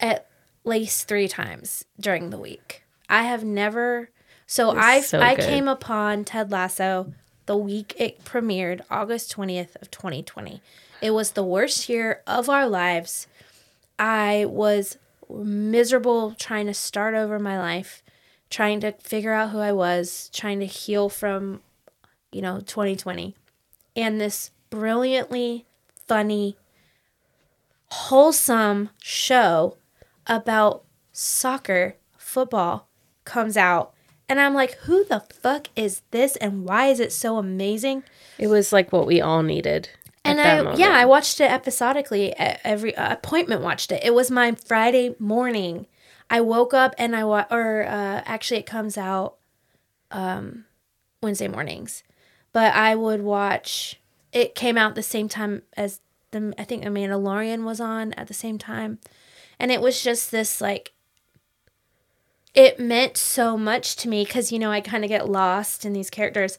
[SPEAKER 3] at least three times during the week. I have never. So I
[SPEAKER 4] so
[SPEAKER 3] I
[SPEAKER 4] good.
[SPEAKER 3] came upon Ted Lasso the week it premiered, August 20th of 2020. It was the worst year of our lives. I was miserable trying to start over my life, trying to figure out who I was, trying to heal from, you know, 2020. And this brilliantly funny, wholesome show about soccer, football comes out. And I'm like, who the fuck is this and why is it so amazing?
[SPEAKER 4] it was like what we all needed.
[SPEAKER 3] and
[SPEAKER 4] at that
[SPEAKER 3] I
[SPEAKER 4] moment.
[SPEAKER 3] yeah, I watched it episodically. e- Every uh, appointment watched it. It was my Friday morning. I woke up and I wa- or uh, actually it comes out um, Wednesday mornings, but I would watch. It came out the same time as the I think Amanda Lorian was on at the same time, and it was just this like. It meant so much to me because you know I kind of get lost in these characters.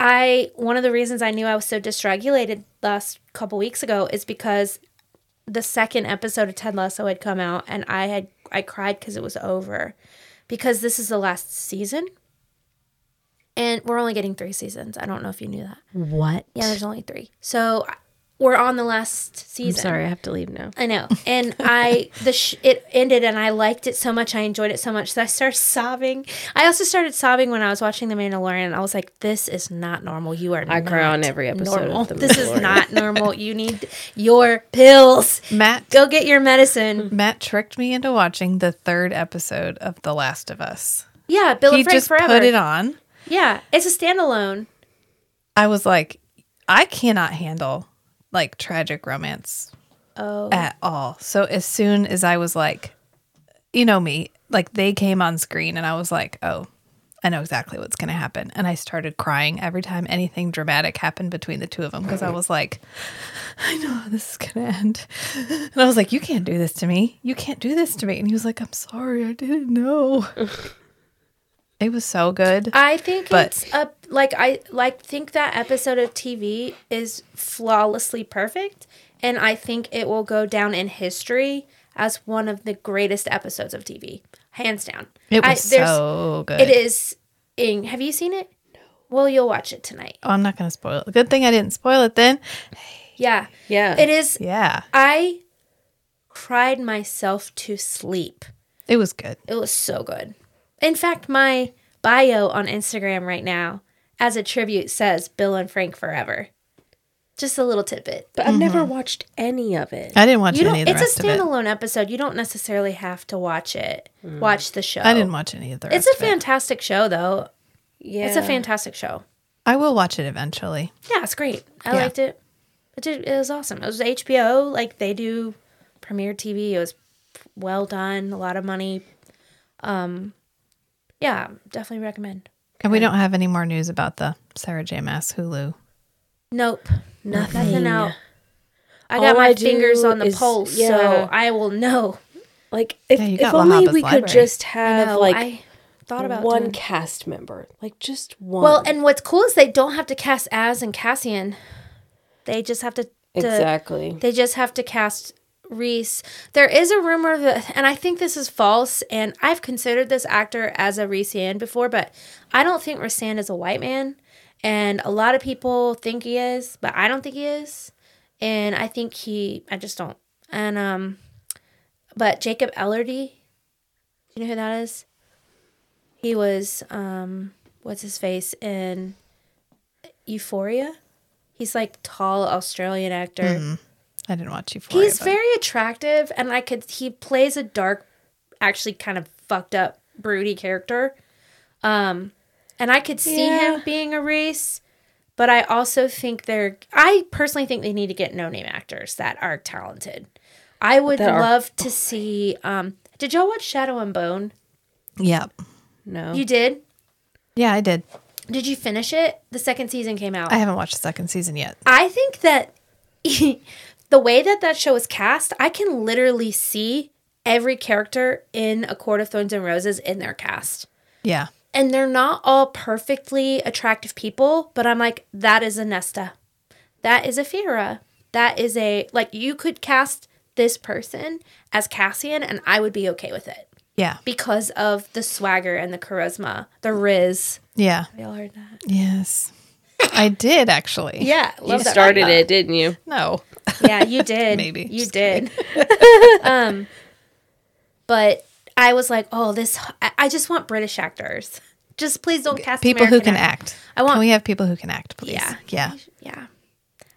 [SPEAKER 3] I one of the reasons I knew I was so dysregulated last couple weeks ago is because the second episode of Ted Lasso had come out and I had I cried cuz it was over because this is the last season. And we're only getting 3 seasons. I don't know if you knew that.
[SPEAKER 4] what?
[SPEAKER 3] Yeah, there's only 3. So we're on the last
[SPEAKER 4] I'm
[SPEAKER 3] season.
[SPEAKER 4] sorry, I have to leave now.
[SPEAKER 3] I know. And I the sh- it ended and I liked it so much. I enjoyed it so much that I started sobbing. I also started sobbing when I was watching The Mandalorian. and I was like, "This is not normal. You are
[SPEAKER 4] I
[SPEAKER 3] not
[SPEAKER 4] cry on every episode.
[SPEAKER 3] normal.
[SPEAKER 4] Of the
[SPEAKER 3] This is
[SPEAKER 4] Mandalorian.
[SPEAKER 3] not normal. You need your pills.
[SPEAKER 1] Matt
[SPEAKER 3] Go get your
[SPEAKER 4] Mm-hmm.
[SPEAKER 3] medicine."
[SPEAKER 1] Matt tricked me into watching the third episode of The Last of Us.
[SPEAKER 3] Yeah, Bill
[SPEAKER 1] He
[SPEAKER 3] and Frank
[SPEAKER 1] just
[SPEAKER 3] forever.
[SPEAKER 1] put it on.
[SPEAKER 3] Yeah, it's a standalone.
[SPEAKER 1] I was like, I cannot handle like tragic romance
[SPEAKER 3] Oh,
[SPEAKER 1] at all. So as soon as I was like, you know me, like they came on screen and I was like, oh, I know exactly what's going to happen. And I started crying every time anything dramatic happened between the two of them because I was like, I know how this is going to end. And I was like, you can't do this to me. You can't do this to me. And he was like, I'm sorry. I didn't know. it was so good.
[SPEAKER 3] I think
[SPEAKER 1] But-
[SPEAKER 3] it's a like I like think that episode of TV is flawlessly perfect, and I think it will go down in history as one of the greatest episodes of TV, hands down.
[SPEAKER 1] It
[SPEAKER 3] I-
[SPEAKER 1] was
[SPEAKER 3] there's-
[SPEAKER 1] so good.
[SPEAKER 3] It is. In, have you seen it? No. Well, you'll watch it tonight.
[SPEAKER 1] Oh, I'm not going to spoil it. Good thing I didn't spoil it then.
[SPEAKER 3] Yeah.
[SPEAKER 4] Yeah,
[SPEAKER 3] It is.
[SPEAKER 1] Yeah,
[SPEAKER 3] I cried myself to sleep.
[SPEAKER 1] it was good.
[SPEAKER 3] It was so good. In fact, my bio on Instagram right now, as a tribute, says Bill and Frank forever. Just a little tidbit.
[SPEAKER 4] but I've never
[SPEAKER 1] Mm-hmm.
[SPEAKER 4] watched any of it.
[SPEAKER 1] I didn't watch
[SPEAKER 3] You don't,
[SPEAKER 1] any of the
[SPEAKER 3] it's
[SPEAKER 1] rest
[SPEAKER 3] a
[SPEAKER 1] of it.
[SPEAKER 3] standalone episode. You don't necessarily have to watch it. Watch the show.
[SPEAKER 1] Mm. I didn't watch any of the rest
[SPEAKER 3] It's a
[SPEAKER 1] of it.
[SPEAKER 3] fantastic show, though.
[SPEAKER 4] yeah,
[SPEAKER 3] It's a fantastic show.
[SPEAKER 1] I will watch it eventually.
[SPEAKER 3] Yeah, it's great. I
[SPEAKER 1] Yeah.
[SPEAKER 3] liked it. It, did, it was awesome. It was HBO. Like they do premiere TV. It was well done. A lot of money. Um, yeah, definitely recommend.
[SPEAKER 1] And we don't have any more news about the Sarah J. Mass Hulu.
[SPEAKER 3] Nope, nothing, out. I
[SPEAKER 4] All
[SPEAKER 3] got my
[SPEAKER 4] I do
[SPEAKER 3] fingers on the
[SPEAKER 4] is-
[SPEAKER 3] pulse,
[SPEAKER 4] yeah.
[SPEAKER 3] so I will know.
[SPEAKER 4] Like if,
[SPEAKER 1] Yeah, you
[SPEAKER 4] if
[SPEAKER 1] got
[SPEAKER 4] only
[SPEAKER 1] Lahaba's
[SPEAKER 4] we could
[SPEAKER 1] library.
[SPEAKER 4] just
[SPEAKER 3] I
[SPEAKER 4] have
[SPEAKER 3] know.
[SPEAKER 4] like
[SPEAKER 3] I thought about
[SPEAKER 4] one
[SPEAKER 3] doing-
[SPEAKER 4] cast member, like just one.
[SPEAKER 3] Well, and what's cool is they don't have to cast Az and Cassian. They just have to. to-
[SPEAKER 4] exactly.
[SPEAKER 3] They just have to cast Reese. There is a rumor that, and I think this is false, and I've considered this actor as a Reesean before, but I don't think Reesean is a white man. And a lot of people think he is, but I don't think he is. And I think he, I just don't. And, um, but Jacob Ellerdy, you know who that is? He was, um, what's his face in Euphoria? He's like tall Australian actor.
[SPEAKER 1] I didn't watch you for
[SPEAKER 3] He's very attractive, and I could. He plays a dark, actually kind of fucked up, broody character. Um, and I could see him being a Reese, but I also think they're. I personally think they need to get no name actors that are talented. I would
[SPEAKER 4] That are-
[SPEAKER 3] love to see. Um, did y'all watch Shadow and Bone?
[SPEAKER 1] Yep.
[SPEAKER 4] No.
[SPEAKER 3] You did?
[SPEAKER 1] Yeah, I did.
[SPEAKER 3] Did you finish it? The second season came out.
[SPEAKER 1] I haven't watched the second season yet.
[SPEAKER 3] I think that the way that that show is cast, I can literally see every character in A Court of Thorns and Roses in their cast.
[SPEAKER 1] Yeah.
[SPEAKER 3] And they're not all perfectly attractive people, but I'm like, that is a Nesta. That is a Fira. That is a, like, you could cast this person as Cassian, and I would be okay with it
[SPEAKER 1] Yeah.
[SPEAKER 3] because of the swagger and the charisma, the Riz.
[SPEAKER 1] Yeah.
[SPEAKER 3] Y'all heard that?
[SPEAKER 1] Yes. I did actually.
[SPEAKER 3] Yeah.
[SPEAKER 4] You
[SPEAKER 3] Love that.
[SPEAKER 4] started it, didn't you?
[SPEAKER 1] No.
[SPEAKER 3] Yeah, you did.
[SPEAKER 1] Maybe.
[SPEAKER 3] you
[SPEAKER 1] Just
[SPEAKER 3] did. um, but I was like, oh, this. I, I just want British actors. Just please don't cast
[SPEAKER 1] People who
[SPEAKER 3] American
[SPEAKER 1] can
[SPEAKER 3] act-
[SPEAKER 1] act.
[SPEAKER 3] I want-
[SPEAKER 1] Can we have people who can act, please?
[SPEAKER 3] Yeah.
[SPEAKER 1] Yeah.
[SPEAKER 3] Yeah,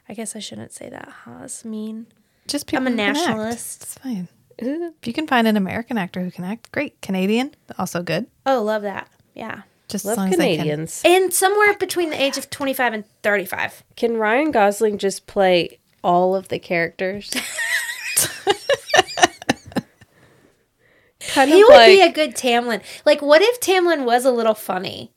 [SPEAKER 3] I guess I shouldn't say that. Huh? That's mean.
[SPEAKER 1] Just people.
[SPEAKER 3] I'm a
[SPEAKER 1] who can act.
[SPEAKER 3] nationalist.
[SPEAKER 1] It's fine. If you can find an American actor who can act, great. Canadian, also good.
[SPEAKER 3] Oh, love that. Yeah,
[SPEAKER 1] Just as
[SPEAKER 4] Love
[SPEAKER 1] long as
[SPEAKER 4] Canadians.
[SPEAKER 3] and somewhere between the age of 25 and 35.
[SPEAKER 4] Can Ryan Gosling just play all of the characters? kind of
[SPEAKER 3] He would
[SPEAKER 4] like,
[SPEAKER 3] be a good Tamlin. Like, what if Tamlin was a little funny?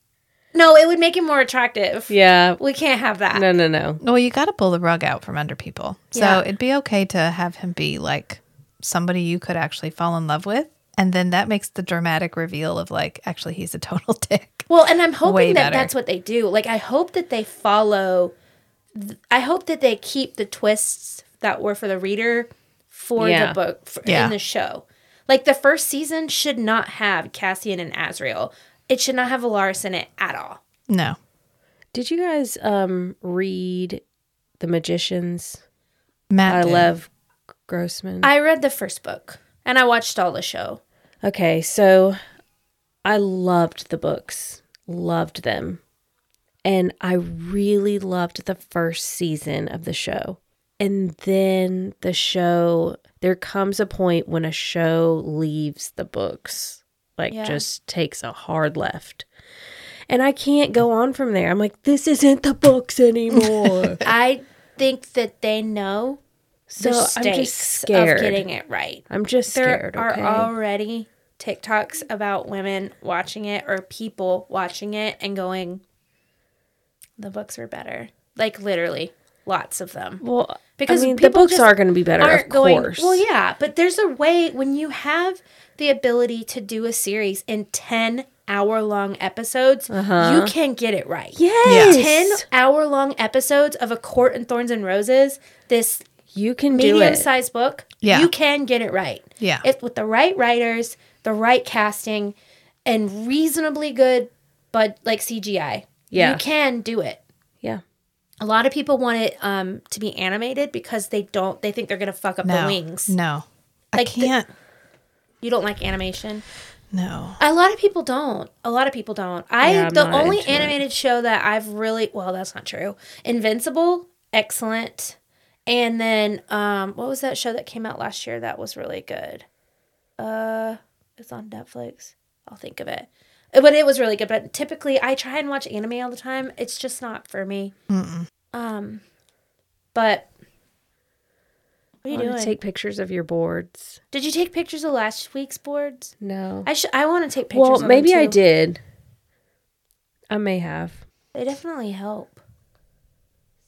[SPEAKER 3] No, it would make him more attractive.
[SPEAKER 4] yeah.
[SPEAKER 3] We can't have that.
[SPEAKER 4] No, no, no.
[SPEAKER 1] Well, you got to pull the rug out from under people. So
[SPEAKER 3] Yeah.
[SPEAKER 1] it'd be okay to have him be like somebody you could actually fall in love with. And then that makes the dramatic reveal of like, actually, he's a total dick.
[SPEAKER 3] Well, and I'm
[SPEAKER 1] Way
[SPEAKER 3] hoping that
[SPEAKER 1] better.
[SPEAKER 3] that's what they do. Like, I hope that they follow. th- I hope that they keep the twists that were for the reader for
[SPEAKER 4] Yeah.
[SPEAKER 3] the book for,
[SPEAKER 1] Yeah.
[SPEAKER 3] in the show. Like the first season should not have Cassian and Azrael. It should not have Alaris in it at all.
[SPEAKER 1] No.
[SPEAKER 4] Did you guys um read The Magicians
[SPEAKER 1] Matt.
[SPEAKER 4] by
[SPEAKER 1] did.
[SPEAKER 4] Lev Grossman?
[SPEAKER 3] I read the first book and I watched all the show.
[SPEAKER 4] Okay, so I loved the books, loved them. And I really loved the first season of the show. And then the show, there comes a point when a show leaves the books, like
[SPEAKER 3] Yeah.
[SPEAKER 4] just takes a hard left. And I can't go on from there. I'm like, this isn't the books anymore.
[SPEAKER 3] I think that they know
[SPEAKER 4] Uh, so
[SPEAKER 3] the
[SPEAKER 4] I'm
[SPEAKER 3] stakes
[SPEAKER 4] just scared.
[SPEAKER 3] of getting it right.
[SPEAKER 4] I'm just
[SPEAKER 3] There
[SPEAKER 4] scared.
[SPEAKER 3] are
[SPEAKER 4] okay?
[SPEAKER 3] already TikToks about women watching it or people watching it and going, the books are better. Like literally, lots of them.
[SPEAKER 4] well, because
[SPEAKER 3] because
[SPEAKER 4] I mean, the
[SPEAKER 3] people
[SPEAKER 4] books
[SPEAKER 3] just
[SPEAKER 4] are going to be better, of
[SPEAKER 3] Aren't going,
[SPEAKER 4] course.
[SPEAKER 3] well, yeah, but there's a way when you have the ability to do a series in 10 hour long episodes, you can get it right.
[SPEAKER 4] Uh-huh. Yes.
[SPEAKER 3] 10 hour long episodes of A Court in Thorns and Roses, this
[SPEAKER 4] You can do
[SPEAKER 3] medium
[SPEAKER 4] it.
[SPEAKER 3] sized book,
[SPEAKER 1] Yeah.
[SPEAKER 3] you can get it right.
[SPEAKER 1] Yeah.
[SPEAKER 3] If with the right writers, the right casting, and reasonably good, but like CGI,
[SPEAKER 4] Yeah.
[SPEAKER 3] you can do it.
[SPEAKER 4] yeah.
[SPEAKER 3] A lot of people want it um, to be animated because they don't. They think they're gonna fuck up
[SPEAKER 1] no.
[SPEAKER 3] the wings.
[SPEAKER 1] No. I
[SPEAKER 3] Like the-
[SPEAKER 1] can't.
[SPEAKER 3] You don't like animation.
[SPEAKER 1] no.
[SPEAKER 3] A lot of people don't. A lot of people don't. I
[SPEAKER 4] Yeah, I'm
[SPEAKER 3] the
[SPEAKER 4] not
[SPEAKER 3] only
[SPEAKER 4] into it.
[SPEAKER 3] animated show that I've really well, that's not true. Invincible, excellent. And then um what was that show that came out last year that was really good? Uh it's on Netflix. I'll think of it. Uh, But it was really good. But typically I try and watch anime all the time. It's just not for me. Um but what are you
[SPEAKER 4] I want
[SPEAKER 3] doing?
[SPEAKER 4] to take pictures of your boards.
[SPEAKER 3] Did you take pictures of last week's boards?
[SPEAKER 4] No.
[SPEAKER 3] I should I want to take pictures
[SPEAKER 4] well,
[SPEAKER 3] of them,
[SPEAKER 4] maybe I
[SPEAKER 3] too.
[SPEAKER 4] did. I may have.
[SPEAKER 3] They definitely help.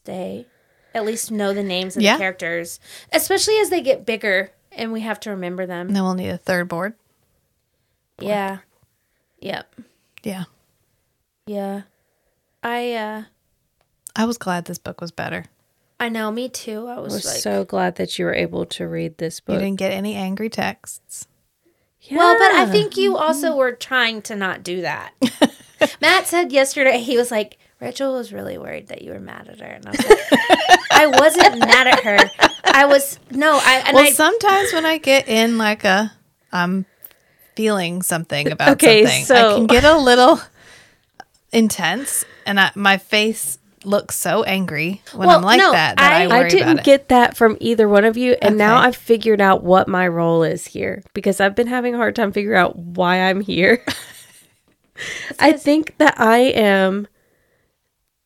[SPEAKER 3] They at least know the names of
[SPEAKER 1] Yeah.
[SPEAKER 3] the characters, especially as they get bigger and we have to remember them.
[SPEAKER 1] And then we'll need a third board.
[SPEAKER 3] Yeah. Yep.
[SPEAKER 1] Yeah.
[SPEAKER 3] Yeah. I uh
[SPEAKER 1] I was glad this book was better.
[SPEAKER 3] I know me too. I
[SPEAKER 4] I
[SPEAKER 3] was,
[SPEAKER 4] was
[SPEAKER 3] like
[SPEAKER 4] so glad that you were able to read this
[SPEAKER 1] You
[SPEAKER 4] book.
[SPEAKER 1] didn't get any angry texts.
[SPEAKER 3] Well, but I
[SPEAKER 4] Yeah.
[SPEAKER 3] think you also were trying to not do that. Matt said yesterday he was like Rachel was really worried that you were mad at her, and I was like, I wasn't mad at her. I was no, I and
[SPEAKER 1] well,
[SPEAKER 3] I
[SPEAKER 1] sometimes when I get in like a, I'm feeling something about
[SPEAKER 4] Okay,
[SPEAKER 1] something, I
[SPEAKER 4] so-
[SPEAKER 1] can get a little intense, and I, my face looks so angry when
[SPEAKER 3] Well,
[SPEAKER 1] I'm like
[SPEAKER 3] no,
[SPEAKER 1] that that I,
[SPEAKER 3] I-
[SPEAKER 1] worry
[SPEAKER 4] I didn't
[SPEAKER 1] about it.
[SPEAKER 4] get that from either one of you, and now
[SPEAKER 1] Okay.
[SPEAKER 4] I've figured out what my role is here because I've been having a hard time figuring out why I'm here. I think that I am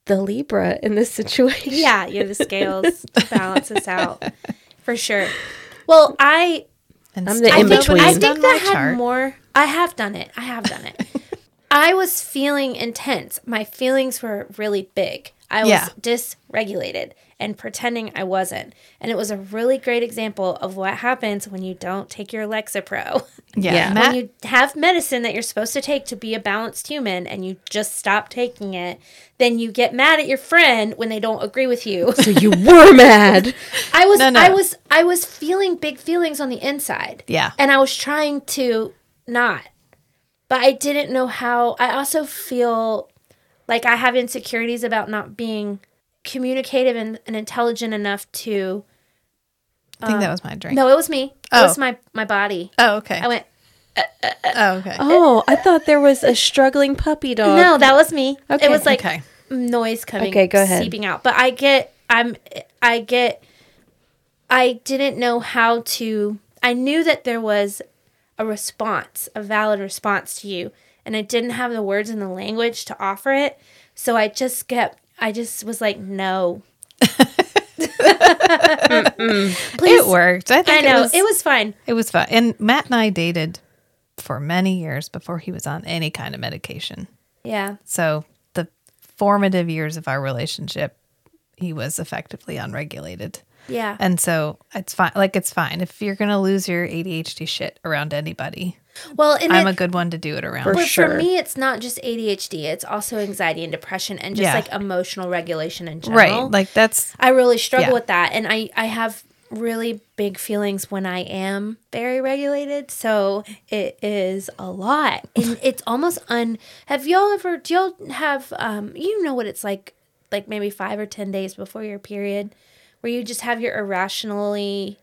[SPEAKER 4] the Libra in this situation.
[SPEAKER 3] Yeah, you're the scales to balance us out for sure. Well, I
[SPEAKER 1] And
[SPEAKER 4] I'm the
[SPEAKER 1] still
[SPEAKER 3] I
[SPEAKER 4] in
[SPEAKER 3] think,
[SPEAKER 1] nobody
[SPEAKER 4] between.
[SPEAKER 3] I
[SPEAKER 1] has
[SPEAKER 3] think
[SPEAKER 1] done
[SPEAKER 3] that
[SPEAKER 1] my
[SPEAKER 3] had
[SPEAKER 1] chart.
[SPEAKER 3] more I have done it. I have done it. I was feeling intense. My feelings were really big. I was
[SPEAKER 1] Yeah.
[SPEAKER 3] dysregulated and pretending I wasn't. And it was a really great example of what happens when you don't take your Lexapro.
[SPEAKER 1] Yeah.
[SPEAKER 4] Yeah.
[SPEAKER 1] Matt,
[SPEAKER 3] when you have medicine that you're supposed to take to be a balanced human and you just stop taking it, then you get mad at your friend when they don't agree with you.
[SPEAKER 4] So you were mad.
[SPEAKER 3] I was
[SPEAKER 1] No, no.
[SPEAKER 3] I was I was feeling big feelings on the inside.
[SPEAKER 1] Yeah.
[SPEAKER 3] And I was trying to not. But I didn't know how I also feel like I have insecurities about not being communicative and, and intelligent enough to
[SPEAKER 1] I think that was my drink.
[SPEAKER 3] um, No, it was me. It
[SPEAKER 1] Oh.
[SPEAKER 3] was my my body.
[SPEAKER 1] Oh, okay.
[SPEAKER 3] I went,
[SPEAKER 1] oh, okay.
[SPEAKER 4] Oh, I thought there was a struggling puppy dog.
[SPEAKER 3] No, that was me.
[SPEAKER 4] Okay.
[SPEAKER 3] It was like
[SPEAKER 1] Okay.
[SPEAKER 3] noise coming
[SPEAKER 4] Okay, go ahead.
[SPEAKER 3] seeping out. But I get I'm I get I didn't know how to I knew that there was a response, a valid response to you, and I didn't have the words and the language to offer it. So I just kept I just was like, no. Please.
[SPEAKER 1] It worked. I
[SPEAKER 3] I
[SPEAKER 1] think
[SPEAKER 3] know.
[SPEAKER 1] it was
[SPEAKER 3] it was fine.
[SPEAKER 1] It was fun. And Matt and I dated for many years before he was on any kind of medication.
[SPEAKER 3] Yeah.
[SPEAKER 1] So the formative years of our relationship, he was effectively unregulated.
[SPEAKER 3] Yeah.
[SPEAKER 1] And so it's fine. Like, it's fine. If you're going to lose your ADHD shit around anybody,
[SPEAKER 3] Well, and
[SPEAKER 1] I'm
[SPEAKER 3] it-
[SPEAKER 1] a good one to do it around.
[SPEAKER 4] For
[SPEAKER 3] But
[SPEAKER 4] sure.
[SPEAKER 3] for me, it's not just ADHD; it's also anxiety and depression, and just
[SPEAKER 1] Yeah.
[SPEAKER 3] like emotional regulation in general.
[SPEAKER 1] right. Like, that's,
[SPEAKER 3] I really struggle
[SPEAKER 1] Yeah.
[SPEAKER 3] with that, and I I have really big feelings when I am very regulated. So it is a lot, and it's almost un. Have y'all ever? Do y'all have? Um, you know what it's like, like maybe five or ten days before your period, where you just have your irrationally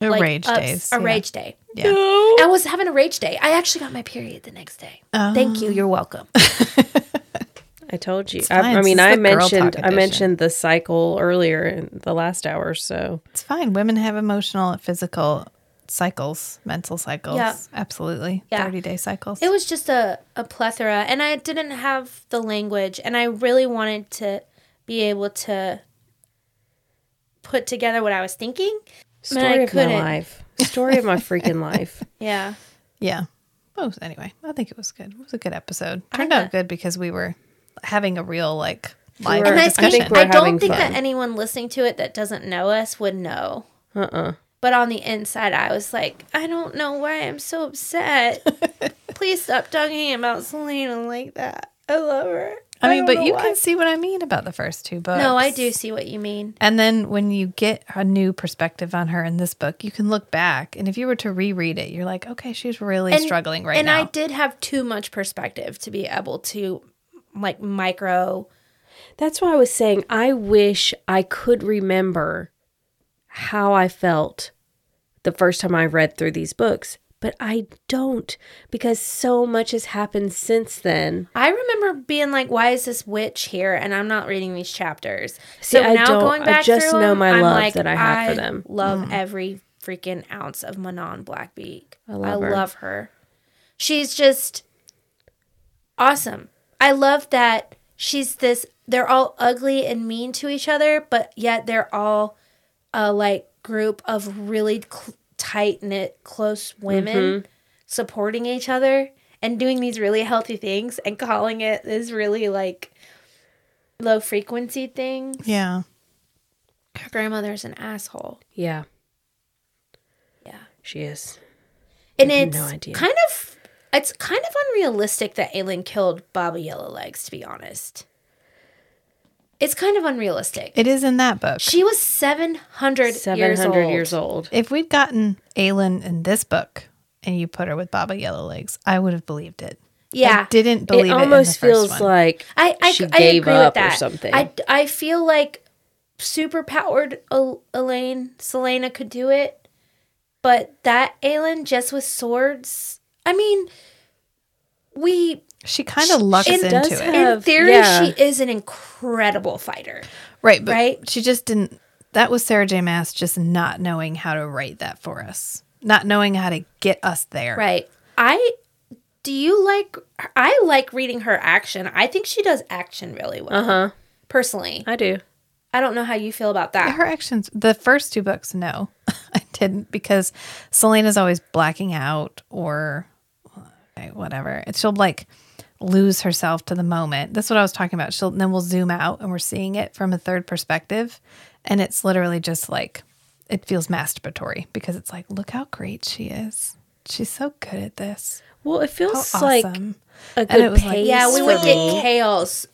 [SPEAKER 1] a
[SPEAKER 3] like,
[SPEAKER 1] rage
[SPEAKER 3] ups-
[SPEAKER 1] days.
[SPEAKER 3] a
[SPEAKER 1] yeah.
[SPEAKER 3] rage day.
[SPEAKER 1] Yeah.
[SPEAKER 3] I was having a rage day. I actually got my period the next day. Thank
[SPEAKER 1] Oh.
[SPEAKER 3] you. You're welcome.
[SPEAKER 4] I told you.
[SPEAKER 1] fine.
[SPEAKER 4] I, I
[SPEAKER 1] This
[SPEAKER 4] mean,
[SPEAKER 1] is
[SPEAKER 4] I
[SPEAKER 1] the girl talk
[SPEAKER 4] mentioned I
[SPEAKER 1] edition.
[SPEAKER 4] mentioned the cycle earlier in the last hour, so
[SPEAKER 1] It's fine. Women have emotional, physical cycles, mental cycles.
[SPEAKER 3] Yeah.
[SPEAKER 1] Absolutely.
[SPEAKER 3] Yeah.
[SPEAKER 1] 30 day cycles.
[SPEAKER 3] It was just a, a plethora, and I didn't have the language, and I really wanted to be able to put together what I was thinking. I mean, I
[SPEAKER 4] story of my
[SPEAKER 3] couldn't.
[SPEAKER 4] life. Story of my freaking life.
[SPEAKER 3] Yeah.
[SPEAKER 1] Yeah. Well, anyway, I think it was good. It was a good episode.
[SPEAKER 3] I
[SPEAKER 1] Turned out
[SPEAKER 3] thought-
[SPEAKER 1] good because we were having a real like live
[SPEAKER 4] were-
[SPEAKER 3] And I,
[SPEAKER 4] I
[SPEAKER 1] discussion.
[SPEAKER 3] think,
[SPEAKER 4] think we're
[SPEAKER 3] I don't
[SPEAKER 4] having
[SPEAKER 3] think that
[SPEAKER 4] fun.
[SPEAKER 3] anyone listening to it that doesn't know us would know.
[SPEAKER 4] Uh uh
[SPEAKER 3] But on the inside, I was like, I don't know why I'm so upset. Please stop talking about Selena like that. I love her.
[SPEAKER 1] I mean,
[SPEAKER 3] don't
[SPEAKER 1] but
[SPEAKER 3] know
[SPEAKER 1] you
[SPEAKER 3] why.
[SPEAKER 1] can see what I mean about the first two books.
[SPEAKER 3] No, I do see what you mean.
[SPEAKER 1] And then when you get a new perspective on her in this book, you can look back and if you were to reread it, you're like, okay, she's really struggling right
[SPEAKER 3] and
[SPEAKER 1] now.
[SPEAKER 3] I did have too much perspective to be able to like micro.
[SPEAKER 4] That's why I was saying I wish I could remember how I felt the first time I read through these books, but I don't because so much has happened since then.
[SPEAKER 3] I remember being like, "Why is this witch here?" And I'm not reading these chapters.
[SPEAKER 4] See,
[SPEAKER 3] so
[SPEAKER 4] I
[SPEAKER 3] now
[SPEAKER 4] don't-
[SPEAKER 3] going
[SPEAKER 4] I
[SPEAKER 3] back
[SPEAKER 4] just
[SPEAKER 3] through
[SPEAKER 4] know
[SPEAKER 3] 'em,
[SPEAKER 4] my
[SPEAKER 3] I'm
[SPEAKER 4] love
[SPEAKER 3] like,
[SPEAKER 4] that I have for them. Mm-hmm.
[SPEAKER 3] Love every freaking ounce of Manon Blackbeak. I
[SPEAKER 4] love her.
[SPEAKER 3] love her. She's just awesome. I love that she's this. They're all ugly and mean to each other, but yet they're all a like group of really cl- tight knit, close women
[SPEAKER 4] Mm-hmm.
[SPEAKER 3] supporting each other and doing these really healthy things and calling it this really like low frequency thing.
[SPEAKER 1] yeah.
[SPEAKER 3] Her grandmother's an asshole.
[SPEAKER 4] Yeah.
[SPEAKER 3] Yeah.
[SPEAKER 4] She is.
[SPEAKER 3] And
[SPEAKER 4] I have
[SPEAKER 3] it's
[SPEAKER 4] no idea.
[SPEAKER 3] kind of it's kind of unrealistic that Aelin killed Baba Yellow Legs, to be honest. It's kind of unrealistic.
[SPEAKER 1] It is in that book.
[SPEAKER 3] she was 700,
[SPEAKER 4] 700
[SPEAKER 3] years old.
[SPEAKER 4] years old.
[SPEAKER 1] if we'd gotten Aelin in this book and you put her with Baba Yellow Legs, I would have believed it.
[SPEAKER 3] Yeah.
[SPEAKER 1] I didn't believe it.
[SPEAKER 4] it
[SPEAKER 1] in the first
[SPEAKER 4] almost feels
[SPEAKER 1] one.
[SPEAKER 4] like
[SPEAKER 3] I, I,
[SPEAKER 4] she
[SPEAKER 3] I
[SPEAKER 4] gave
[SPEAKER 3] agree with
[SPEAKER 4] up or
[SPEAKER 3] that.
[SPEAKER 4] something.
[SPEAKER 3] I, I feel like super powered El- Elaine, Selena could do it, but that Aelin just with swords. I mean, we
[SPEAKER 1] she kind of lucks
[SPEAKER 3] it
[SPEAKER 1] into
[SPEAKER 4] does
[SPEAKER 1] it.
[SPEAKER 4] have-
[SPEAKER 3] in
[SPEAKER 4] Of-
[SPEAKER 3] theory
[SPEAKER 4] yeah.
[SPEAKER 3] she is an incredible fighter.
[SPEAKER 1] Right, but
[SPEAKER 3] right?
[SPEAKER 1] she just didn't. That was Sarah J. Mass just not knowing how to write that for us, not knowing how to get us there.
[SPEAKER 3] Right. I do you like? I like reading her action. I think she does action really well.
[SPEAKER 4] Uh huh.
[SPEAKER 3] Personally,
[SPEAKER 4] I do.
[SPEAKER 3] I don't know how you feel about that.
[SPEAKER 1] Her actions, the first two books, no, I didn't because Selena's always blacking out or okay, whatever. And she'll like lose herself to the moment. That's what I was talking about. She'll then we'll zoom out and we're seeing it from a third perspective. And it's literally just like it feels masturbatory because it's like, look how great she is. She's so good at this.
[SPEAKER 4] Well, it feels
[SPEAKER 1] How
[SPEAKER 4] like
[SPEAKER 1] awesome.
[SPEAKER 4] a
[SPEAKER 1] And it
[SPEAKER 4] good
[SPEAKER 1] was like-
[SPEAKER 4] pace.
[SPEAKER 3] Yeah, we
[SPEAKER 4] for
[SPEAKER 3] would
[SPEAKER 4] me.
[SPEAKER 3] get Kale's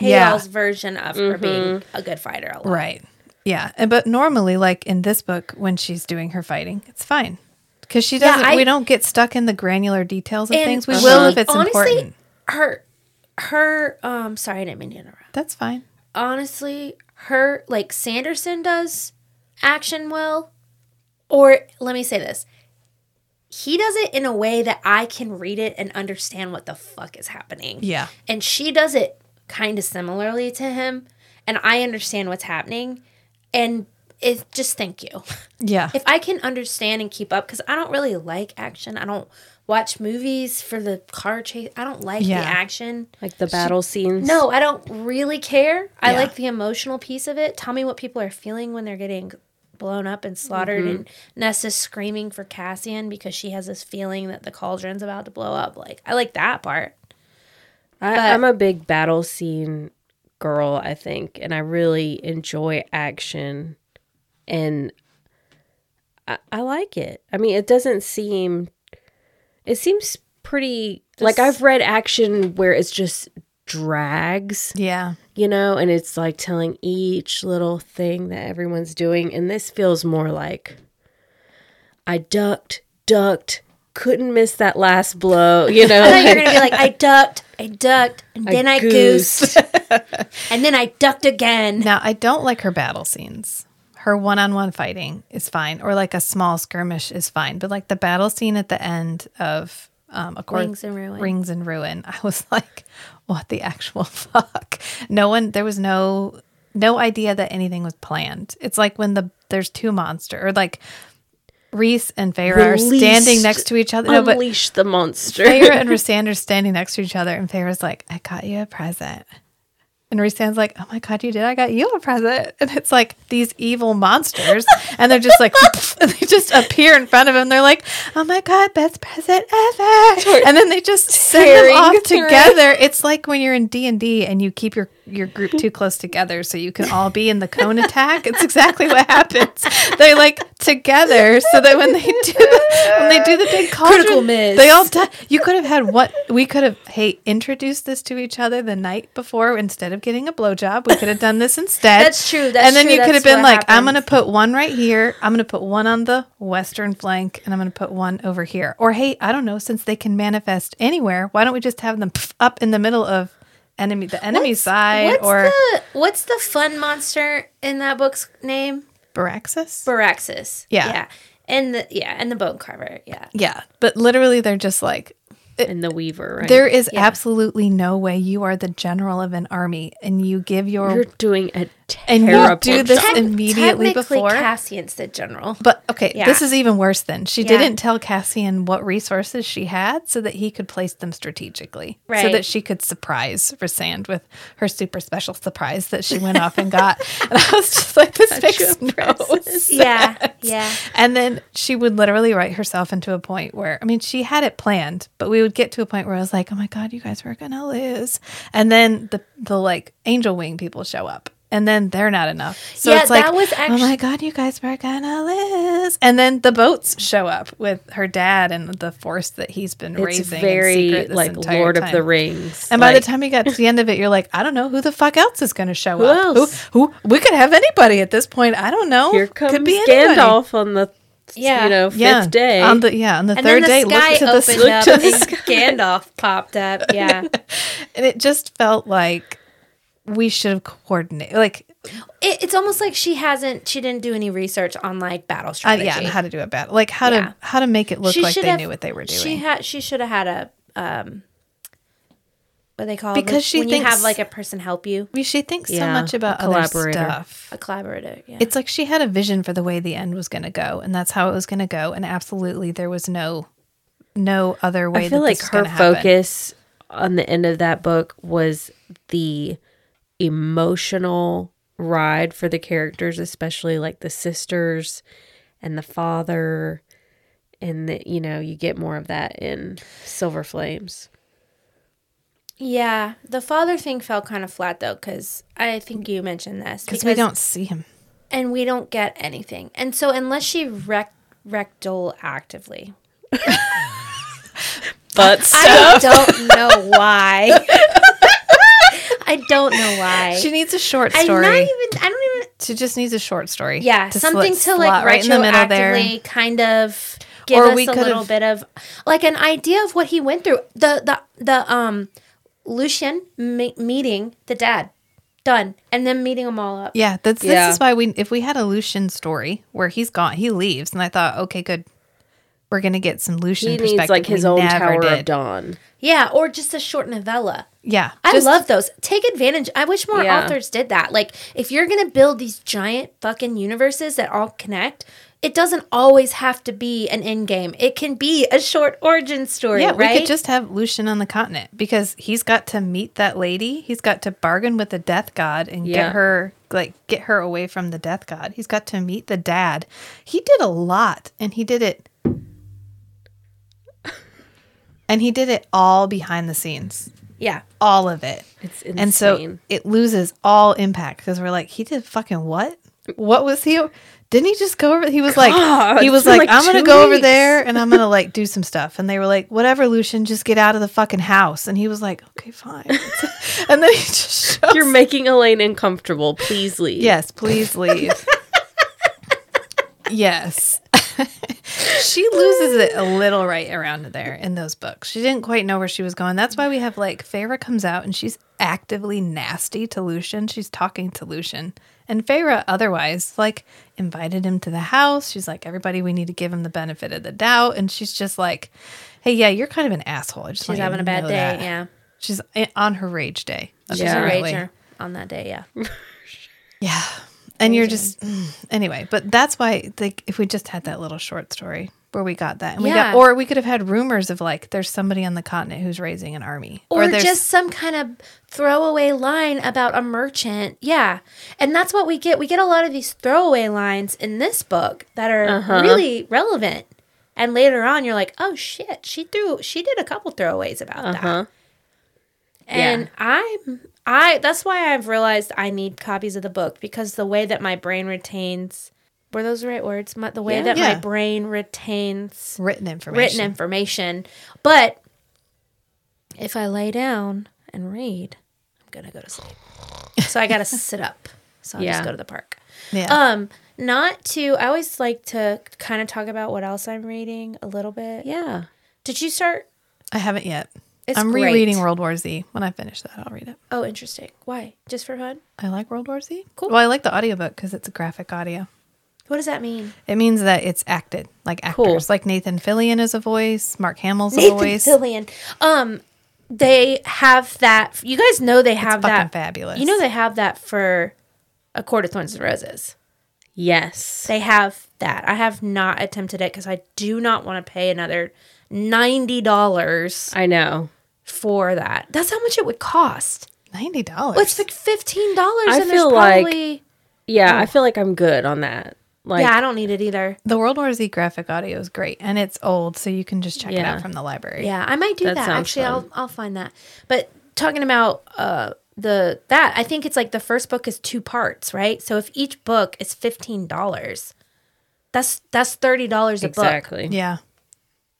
[SPEAKER 1] Yeah.
[SPEAKER 3] Kale's version of her being a good fighter. A lot.
[SPEAKER 1] Right. Yeah. And but normally like in this book when she's doing her fighting, it's fine. Cuz she
[SPEAKER 3] Yeah,
[SPEAKER 1] doesn't
[SPEAKER 3] I-
[SPEAKER 1] we don't get stuck in the granular details of
[SPEAKER 3] And
[SPEAKER 1] things. We
[SPEAKER 3] she-
[SPEAKER 1] will if it's
[SPEAKER 3] honestly,
[SPEAKER 1] important.
[SPEAKER 3] Her her um sorry, I didn't mean to interrupt.
[SPEAKER 1] That's fine.
[SPEAKER 3] Honestly, her like Sanderson does action well. Or let me say this. He does it in a way that I can read it and understand what the fuck is happening.
[SPEAKER 1] Yeah.
[SPEAKER 3] And she does it kind of similarly to him. And I understand what's happening. And it just thank you.
[SPEAKER 1] Yeah.
[SPEAKER 3] if I can understand and keep up, because I don't really like action. I don't watch movies for the car chase. I don't like
[SPEAKER 1] Yeah.
[SPEAKER 3] the action.
[SPEAKER 4] like the battle scenes.
[SPEAKER 3] No, I don't really care. I
[SPEAKER 1] Yeah.
[SPEAKER 3] like the emotional piece of it. Tell me what people are feeling when they're getting blown up and slaughtered, and Nessa's screaming for Cassian because she has this feeling that the cauldron's about to blow up. Like I like that part.
[SPEAKER 4] I,
[SPEAKER 3] but-
[SPEAKER 4] I'm a big battle scene girl, I think, and I really enjoy action, and I, I like it. I mean, it doesn't seem, it seems pretty like I've read action where it's just drags,
[SPEAKER 1] yeah.
[SPEAKER 4] you know, and it's like telling each little thing that everyone's doing, and this feels more like I ducked, ducked. Couldn't miss that last blow, you know.
[SPEAKER 3] I thought you were gonna be like, I ducked, I ducked, and then I, goosed, and then I ducked again.
[SPEAKER 1] Now, I don't like her battle scenes. Her one on one fighting is fine, or like a small skirmish is fine. But like the battle scene at the end of um, a court,
[SPEAKER 3] Rings and Ruin.
[SPEAKER 1] Rings and Ruin, I was like, what the actual fuck? No one, there was no no idea that anything was planned. It's like when the there's two monster, or like Reese and Feyre are standing
[SPEAKER 4] Released-
[SPEAKER 1] next to each other. No, but
[SPEAKER 4] unleash the monster.
[SPEAKER 1] Feyre and Rhysand are standing next to each other, and Feyre's like, I got you a present. And Rhysand's like, Oh my God, you did. I got you a present. And it's like these evil monsters. And they're just like, and they just appear in front of him. They're like, Oh my God, best present ever. And then they just send them
[SPEAKER 4] Tearing
[SPEAKER 1] off
[SPEAKER 4] through.
[SPEAKER 1] together. It's like when you're in D&D and you keep your, your group too close together so you can all be in the cone attack. It's exactly what happens. They like together so that when they do the, when they do the big cauldron,
[SPEAKER 3] Critical miss.
[SPEAKER 1] they all di- you could have had what we could have hey introduced this to each other the night before instead of getting a blowjob we could have done this instead.
[SPEAKER 3] That's true, that's
[SPEAKER 1] and then
[SPEAKER 3] true,
[SPEAKER 1] you could have
[SPEAKER 3] that's
[SPEAKER 1] been
[SPEAKER 3] what
[SPEAKER 1] like, I'm gonna
[SPEAKER 3] happens.
[SPEAKER 1] put one right here. I'm gonna put one on the western flank, and I'm gonna put one over here. Or hey, I don't know, since they can manifest anywhere, why don't we just have them pff, up in the middle of enemy the enemy side
[SPEAKER 3] What's
[SPEAKER 1] or
[SPEAKER 3] the what's the fun monster in that book's name?
[SPEAKER 1] Baraxis?
[SPEAKER 3] Baraxis.
[SPEAKER 1] Yeah.
[SPEAKER 3] yeah, and the yeah, and the bone carver. Yeah,
[SPEAKER 1] yeah, but literally they're just like
[SPEAKER 4] and the Weaver, right?
[SPEAKER 1] There is absolutely no way you are the general of an army and you give your
[SPEAKER 4] You're doing a
[SPEAKER 1] and
[SPEAKER 4] terrible.
[SPEAKER 1] you do this
[SPEAKER 3] Tec-
[SPEAKER 1] immediately
[SPEAKER 3] technically,
[SPEAKER 1] before.
[SPEAKER 3] Cassian's the general.
[SPEAKER 1] but okay,
[SPEAKER 3] Yeah.
[SPEAKER 1] this is even worse than she
[SPEAKER 3] Yeah.
[SPEAKER 1] didn't tell Cassian what resources she had so that he could place them strategically. So
[SPEAKER 3] Right.
[SPEAKER 1] that she could surprise Rhysand with her super special surprise that she went off and got. And I was just like, this makes no sense.
[SPEAKER 3] yeah, yeah.
[SPEAKER 1] And then she would literally write herself into a point where, I mean, she had it planned, but we would get to a point where I was like, oh my God, you guys were going to lose. And then the, the like angel wing people show up and then they're not enough. So
[SPEAKER 3] Yeah,
[SPEAKER 1] it's like,
[SPEAKER 3] that was
[SPEAKER 1] oh my
[SPEAKER 3] actu-
[SPEAKER 1] God, you guys were going to lose. And then the boats show up with her dad and the force that he's been
[SPEAKER 4] It's
[SPEAKER 1] raising. in
[SPEAKER 4] very
[SPEAKER 1] secret this
[SPEAKER 4] like
[SPEAKER 1] entire
[SPEAKER 4] Lord of
[SPEAKER 1] time.
[SPEAKER 4] the Rings.
[SPEAKER 1] And by the
[SPEAKER 4] like,
[SPEAKER 1] time you got to the end of it, you're like, I don't know who the fuck else is going to show up.
[SPEAKER 4] else?
[SPEAKER 1] Who, who? We could have anybody at this point. I don't know.
[SPEAKER 4] here
[SPEAKER 1] Could
[SPEAKER 4] comes
[SPEAKER 1] anybody.
[SPEAKER 4] Gandalf on the
[SPEAKER 3] Yeah.
[SPEAKER 4] you know fifth
[SPEAKER 1] yeah.
[SPEAKER 4] day.
[SPEAKER 1] on the yeah on the
[SPEAKER 3] And
[SPEAKER 1] third
[SPEAKER 3] then the
[SPEAKER 1] day
[SPEAKER 3] sky
[SPEAKER 1] looked to the
[SPEAKER 3] opened
[SPEAKER 1] sky,
[SPEAKER 3] up
[SPEAKER 4] to
[SPEAKER 3] and
[SPEAKER 4] the
[SPEAKER 3] Gandalf popped up. Yeah,
[SPEAKER 1] and it just felt like we should have coordinated like
[SPEAKER 3] it, it's almost like she hasn't. She didn't do any research on like battle
[SPEAKER 1] uh,
[SPEAKER 3] strategy.
[SPEAKER 1] yeah and how to do a battle like how
[SPEAKER 3] Yeah.
[SPEAKER 1] to how to make it look like
[SPEAKER 3] should
[SPEAKER 1] they
[SPEAKER 3] have-
[SPEAKER 1] knew what they were doing
[SPEAKER 3] She had. She should have had a um. What they call
[SPEAKER 1] Because
[SPEAKER 3] when-
[SPEAKER 1] she
[SPEAKER 3] when you
[SPEAKER 1] thinks-
[SPEAKER 3] have like a person help you
[SPEAKER 1] I mean, she thinks so
[SPEAKER 4] Yeah,
[SPEAKER 1] much
[SPEAKER 4] a
[SPEAKER 1] about other
[SPEAKER 4] collaborator.
[SPEAKER 1] stuff
[SPEAKER 3] a collaborator. Yeah.
[SPEAKER 1] it's like she had a vision for the way the end was going to go and that's how it was going to go and absolutely there was no no other way
[SPEAKER 4] I feel
[SPEAKER 1] that
[SPEAKER 4] like
[SPEAKER 1] this was
[SPEAKER 4] her
[SPEAKER 1] gonna happen.
[SPEAKER 4] focus on the end of that book was the emotional ride for the characters, especially like the sisters and the father and that you know you get more of that in Silver Flames.
[SPEAKER 3] Yeah, the father thing fell kind of flat though, because I think you mentioned this
[SPEAKER 1] because we don't see him.
[SPEAKER 3] and we don't get anything, and so unless she rec- rectal actively,
[SPEAKER 1] But
[SPEAKER 3] I don't know why. I don't know why.
[SPEAKER 1] she needs a short
[SPEAKER 3] I'm
[SPEAKER 1] story.
[SPEAKER 3] not even. I don't even.
[SPEAKER 1] she just needs a short story.
[SPEAKER 3] Yeah,
[SPEAKER 1] to
[SPEAKER 3] something
[SPEAKER 1] slit-
[SPEAKER 3] to like
[SPEAKER 1] slot
[SPEAKER 3] right retroactively kind of give
[SPEAKER 1] Or
[SPEAKER 3] us
[SPEAKER 1] we
[SPEAKER 3] a
[SPEAKER 1] could've-
[SPEAKER 3] little bit of like an idea of what he went through. The the the um Lucian me- meeting the dad, done, and then meeting them all up.
[SPEAKER 1] Yeah, that's
[SPEAKER 4] Yeah.
[SPEAKER 1] this is why we if we had a Lucian story where he's gone, he leaves, and I thought, okay, good, we're gonna get some Lucian
[SPEAKER 4] He
[SPEAKER 1] perspective.
[SPEAKER 4] needs like his
[SPEAKER 1] we
[SPEAKER 4] own
[SPEAKER 1] never
[SPEAKER 4] Tower
[SPEAKER 1] did.
[SPEAKER 4] of Dawn.
[SPEAKER 3] Yeah, or just a short novella.
[SPEAKER 1] Yeah,
[SPEAKER 3] I
[SPEAKER 1] just-
[SPEAKER 3] love those. Take advantage. I wish more
[SPEAKER 4] Yeah.
[SPEAKER 3] authors did that. Like, if you're going to build these giant fucking universes that all connect, it doesn't always have to be an end game. It can be a short origin story,
[SPEAKER 1] Yeah,
[SPEAKER 3] right?
[SPEAKER 1] we could just have Lucian on the continent because he's got to meet that lady. He's got to bargain with the death god and
[SPEAKER 4] Yeah.
[SPEAKER 1] get her like get her away from the death god. He's got to meet the dad. He did a lot and he did it and he did it all behind the scenes.
[SPEAKER 3] yeah.
[SPEAKER 1] All of it.
[SPEAKER 4] It's insane.
[SPEAKER 1] And so it loses all impact because we're like, he did fucking what? What was he? Didn't he just go over? He was like,
[SPEAKER 4] God,
[SPEAKER 1] he
[SPEAKER 4] it's
[SPEAKER 1] was
[SPEAKER 4] been
[SPEAKER 1] like,
[SPEAKER 4] like
[SPEAKER 1] I'm gonna
[SPEAKER 4] two
[SPEAKER 1] go over
[SPEAKER 4] weeks."
[SPEAKER 1] there and I'm gonna like do some stuff. And they were like, whatever, Lucian, just get out of the fucking house. And he was like, okay, fine. and then he just shows.
[SPEAKER 4] you're making Elaine uncomfortable. Please leave.
[SPEAKER 1] yes, please leave. yes. she loses it a little right around there in those books. She didn't quite know where she was going. That's why we have like Feyre comes out and she's actively nasty to Lucian. She's talking to Lucian. And Feyre otherwise like invited him to the house. She's like, everybody, we need to give him the benefit of the doubt. And she's just like, hey, yeah, you're kind of an asshole. I just
[SPEAKER 3] She's having a bad day. Yeah.
[SPEAKER 1] She's eh, on her rage day.
[SPEAKER 3] She's a
[SPEAKER 1] apparently.
[SPEAKER 3] rager on that day. Yeah.
[SPEAKER 1] Yeah. And you're just mm, anyway, but that's why like if we just had that little short story where we got that, and we
[SPEAKER 3] Yeah.
[SPEAKER 1] got, or we could have had rumors of like there's somebody on the continent who's raising an army,
[SPEAKER 3] Or,
[SPEAKER 1] there's
[SPEAKER 3] just some kind of throwaway line about a merchant. Yeah. And that's what we get. We get a lot of these throwaway lines in this book that are
[SPEAKER 1] Uh-huh.
[SPEAKER 3] really relevant. And later on you're like, "Oh shit, she threw she did a couple throwaways about
[SPEAKER 1] Uh-huh.
[SPEAKER 3] that." And I'm I that's why I've realized I need copies of the book because the way that my brain retains were those the right words? My, the way that
[SPEAKER 1] Yeah.
[SPEAKER 3] my brain retains
[SPEAKER 1] written information.
[SPEAKER 3] written information. But if I lay down and read, I'm gonna go to sleep. So I gotta sit up. So I'll
[SPEAKER 4] Yeah.
[SPEAKER 3] just go to the park.
[SPEAKER 1] yeah.
[SPEAKER 3] Um, not to I always like to kind of talk about what else I'm reading a little bit.
[SPEAKER 4] Yeah.
[SPEAKER 3] Did you start
[SPEAKER 1] I haven't yet.
[SPEAKER 3] it's
[SPEAKER 1] I'm
[SPEAKER 3] great.
[SPEAKER 1] rereading World War Z. When I finish that, I'll read it.
[SPEAKER 3] Oh, interesting. Why? Just for fun?
[SPEAKER 1] I like World War Z.
[SPEAKER 3] Cool.
[SPEAKER 1] Well, I like the audiobook because it's a graphic audio.
[SPEAKER 3] What does that mean?
[SPEAKER 1] It means that it's acted like actors,
[SPEAKER 4] Cool.
[SPEAKER 1] like Nathan Fillion is a voice, Mark Hamill's a
[SPEAKER 3] Nathan
[SPEAKER 1] voice.
[SPEAKER 3] Fillion. Um, they have that. You guys know they have
[SPEAKER 1] fucking
[SPEAKER 3] that.
[SPEAKER 1] fabulous.
[SPEAKER 3] You know they have that for a court of thorns and roses.
[SPEAKER 4] Yes.
[SPEAKER 3] They have that. I have not attempted it because I do not want to pay another ninety dollars
[SPEAKER 4] I know.
[SPEAKER 3] for that. That's how much it would cost.
[SPEAKER 1] ninety dollars.
[SPEAKER 3] Well, it's like fifteen dollars.
[SPEAKER 4] I
[SPEAKER 3] and there's
[SPEAKER 4] feel like-
[SPEAKER 3] probably,
[SPEAKER 1] Oh.
[SPEAKER 4] Yeah, I feel like I'm good on that. Like
[SPEAKER 3] yeah, I don't need it either.
[SPEAKER 1] The World War Z graphic audio is great, and it's old, so you can just check it
[SPEAKER 4] Yeah.
[SPEAKER 1] out from the library.
[SPEAKER 3] Yeah, I might do that.
[SPEAKER 4] That sounds
[SPEAKER 3] Actually,
[SPEAKER 4] fun.
[SPEAKER 3] I'll I'll find that. But talking about uh the that I think it's like the first book is two parts, right? So if each book is fifteen dollars, that's that's thirty dollars a book.
[SPEAKER 4] exactly.
[SPEAKER 1] Yeah.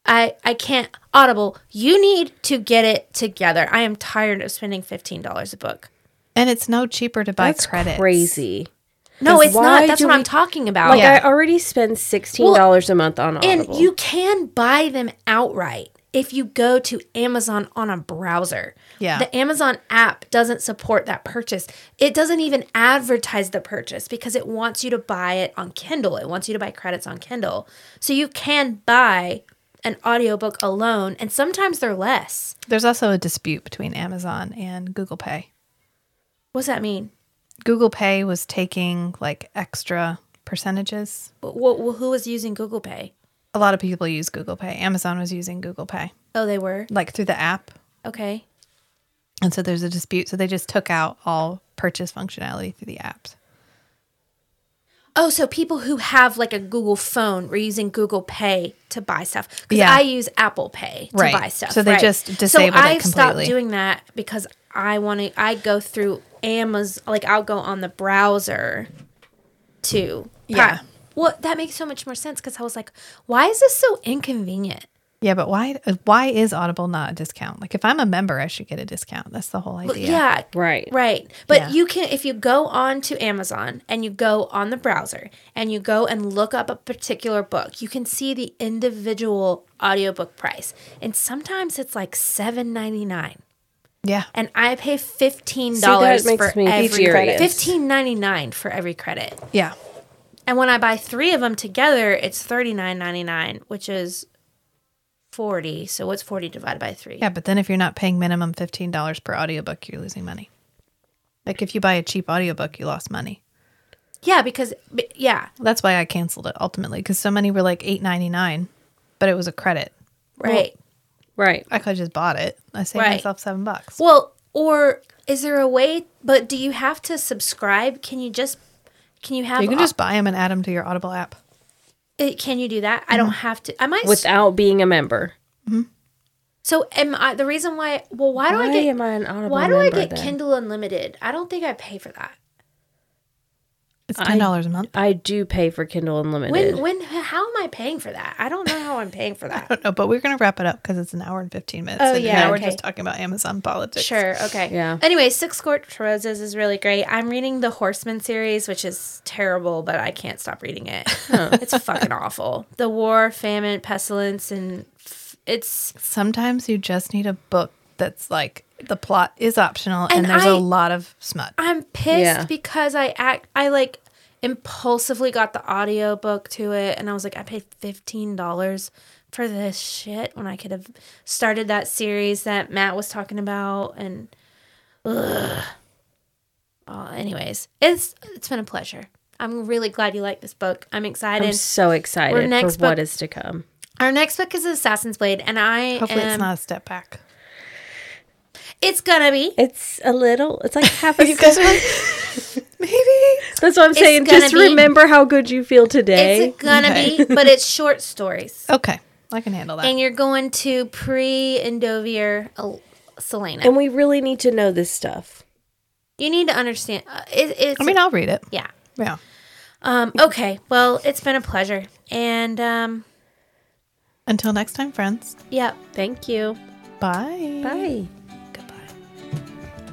[SPEAKER 3] I I can't Audible. You need to get it together. I am tired of spending fifteen dollars a book.
[SPEAKER 1] And it's no cheaper to buy
[SPEAKER 4] That's
[SPEAKER 1] credits.
[SPEAKER 4] crazy.
[SPEAKER 3] No,
[SPEAKER 4] Because
[SPEAKER 3] it's
[SPEAKER 4] why
[SPEAKER 3] not. That's
[SPEAKER 4] do
[SPEAKER 3] what
[SPEAKER 4] we-
[SPEAKER 3] I'm talking about.
[SPEAKER 4] Like
[SPEAKER 1] Yeah.
[SPEAKER 4] I already spend sixteen dollars a month on
[SPEAKER 3] and
[SPEAKER 4] Audible.
[SPEAKER 3] you can buy them outright if you go to Amazon on a browser.
[SPEAKER 1] Yeah.
[SPEAKER 3] The Amazon app doesn't support that purchase. It doesn't even advertise the purchase because it wants you to buy it on Kindle. It wants you to buy credits on Kindle. So you can buy an audiobook alone and sometimes they're less.
[SPEAKER 1] There's also a dispute between Amazon and Google Pay.
[SPEAKER 3] What's that mean?
[SPEAKER 1] Google Pay was taking like extra percentages.
[SPEAKER 3] Wh- wh- who was using Google Pay?
[SPEAKER 1] A lot of people use Google Pay. Amazon was using Google Pay,
[SPEAKER 3] Oh, they were.
[SPEAKER 1] like through the app.
[SPEAKER 3] Okay.
[SPEAKER 1] And so there's a dispute. So they just took out all purchase functionality through the apps.
[SPEAKER 3] Oh, so people who have like a Google phone were using Google Pay to buy stuff. Because
[SPEAKER 1] Yeah.
[SPEAKER 3] I use Apple Pay to
[SPEAKER 1] Right.
[SPEAKER 3] buy stuff.
[SPEAKER 1] So they
[SPEAKER 3] right.
[SPEAKER 1] just disabled it
[SPEAKER 3] So I've stopped
[SPEAKER 1] completely.
[SPEAKER 3] doing that because I want to. I go through Amazon. Like I'll go on the browser to.
[SPEAKER 1] Yeah.
[SPEAKER 3] Well, that makes so much more sense because I was like, why is this so inconvenient?
[SPEAKER 1] Yeah, but why why is Audible not a discount? Like if I'm a member, I should get a discount. That's the whole
[SPEAKER 3] But
[SPEAKER 1] idea.
[SPEAKER 3] yeah.
[SPEAKER 4] Right.
[SPEAKER 3] Right. But
[SPEAKER 1] Yeah.
[SPEAKER 3] you can if you go on to Amazon and you go on the browser and you go and look up a particular book, you can see the individual audiobook price. And sometimes it's like 7.99
[SPEAKER 1] Yeah.
[SPEAKER 3] and I pay $15
[SPEAKER 4] See, that
[SPEAKER 3] for
[SPEAKER 4] makes me
[SPEAKER 3] every
[SPEAKER 4] furious.
[SPEAKER 3] credit. 15.99 for every credit.
[SPEAKER 1] Yeah.
[SPEAKER 3] And when I buy 3 of them together, it's 39.99, which is 40. So what's 40 divided by 3?
[SPEAKER 1] Yeah, but then if you're not paying minimum $15 per audiobook, you're losing money. Like if you buy a cheap audiobook, you lost money.
[SPEAKER 3] Yeah, because b- yeah,
[SPEAKER 1] That's why I canceled it ultimately because so many were like $8.99, but it was a credit.
[SPEAKER 3] right.
[SPEAKER 4] Right.
[SPEAKER 1] I could have just bought it. I saved
[SPEAKER 3] Right.
[SPEAKER 1] myself seven bucks.
[SPEAKER 3] Well, or is there a way? But do you have to subscribe? Can you just can you have
[SPEAKER 1] you can just buy them and add them to your Audible app.
[SPEAKER 3] it, can you do that? I don't have to. I might.
[SPEAKER 4] Without being a member.
[SPEAKER 3] so am I the reason why? Well, why do I
[SPEAKER 4] Why
[SPEAKER 3] get?
[SPEAKER 4] am I an Audible
[SPEAKER 3] why do I
[SPEAKER 4] member
[SPEAKER 3] get
[SPEAKER 4] then?
[SPEAKER 3] Kindle Unlimited? I don't think I pay for that.
[SPEAKER 1] It's $10 a month.
[SPEAKER 4] I do pay for Kindle Unlimited.
[SPEAKER 3] When when how am I paying for that? I don't know how I'm paying for that.
[SPEAKER 1] No, but we're going to wrap it up because it's an hour and 15 minutes.
[SPEAKER 3] Oh,
[SPEAKER 1] and
[SPEAKER 3] yeah,
[SPEAKER 1] Now we're
[SPEAKER 3] okay.
[SPEAKER 1] just talking about Amazon politics.
[SPEAKER 3] Sure. Okay.
[SPEAKER 4] Yeah.
[SPEAKER 3] Anyway, Six Scorched Roses is really great. I'm reading the Horseman series, which is terrible, but I can't stop reading it. it's fucking awful. The war, famine, pestilence, and f- it's
[SPEAKER 1] Sometimes you just need a book that's like the plot is optional and,
[SPEAKER 3] And
[SPEAKER 1] there's
[SPEAKER 3] I-
[SPEAKER 1] a lot of smut.
[SPEAKER 3] I'm pissed
[SPEAKER 4] Yeah.
[SPEAKER 3] because I act I like impulsively got the audiobook to it and I was like I paid $15 for this shit when I could have started that series that Matt was talking about and ugh. Well, anyways, it's it's been a pleasure. I'm really glad you like this book. I'm excited.
[SPEAKER 4] I'm so excited
[SPEAKER 3] next
[SPEAKER 4] for what
[SPEAKER 3] book-
[SPEAKER 4] is to come.
[SPEAKER 3] Our next book is Assassin's Blade and I
[SPEAKER 1] Hopefully,
[SPEAKER 3] am,
[SPEAKER 1] it's not a step back.
[SPEAKER 3] it's gonna be
[SPEAKER 4] It's a little. It's like half a.
[SPEAKER 1] maybe.
[SPEAKER 4] That's what I'm saying.
[SPEAKER 3] gonna
[SPEAKER 4] Just
[SPEAKER 3] be-
[SPEAKER 4] remember how good you feel today.
[SPEAKER 3] it's gonna
[SPEAKER 1] Okay.
[SPEAKER 3] be, but it's short stories.
[SPEAKER 1] Okay, I can handle that.
[SPEAKER 3] and you're going to pre Endovier uh, Selena.
[SPEAKER 4] and we really need to know this stuff.
[SPEAKER 3] you need to understand. Uh, it, it's
[SPEAKER 1] I mean, I'll read it.
[SPEAKER 3] yeah.
[SPEAKER 1] Yeah.
[SPEAKER 3] Um, okay. Well, it's been a pleasure, and um,
[SPEAKER 1] Until next time, friends.
[SPEAKER 3] yeah.
[SPEAKER 4] Thank you.
[SPEAKER 1] Bye.
[SPEAKER 4] Bye.
[SPEAKER 1] Goodbye.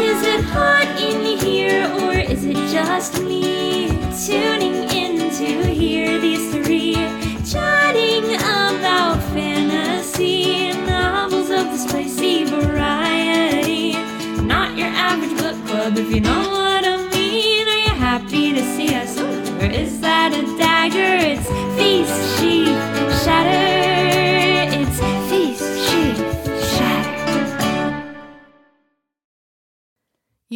[SPEAKER 2] Is it hot in here or is it just me tuning in to hear these three chatting about fantasy novels of the spicy variety? Not your average book club if you know what I mean. Are you happy to see us or is that a dagger? It's feast, sheath, shatter. It's feast, sheath, shatter.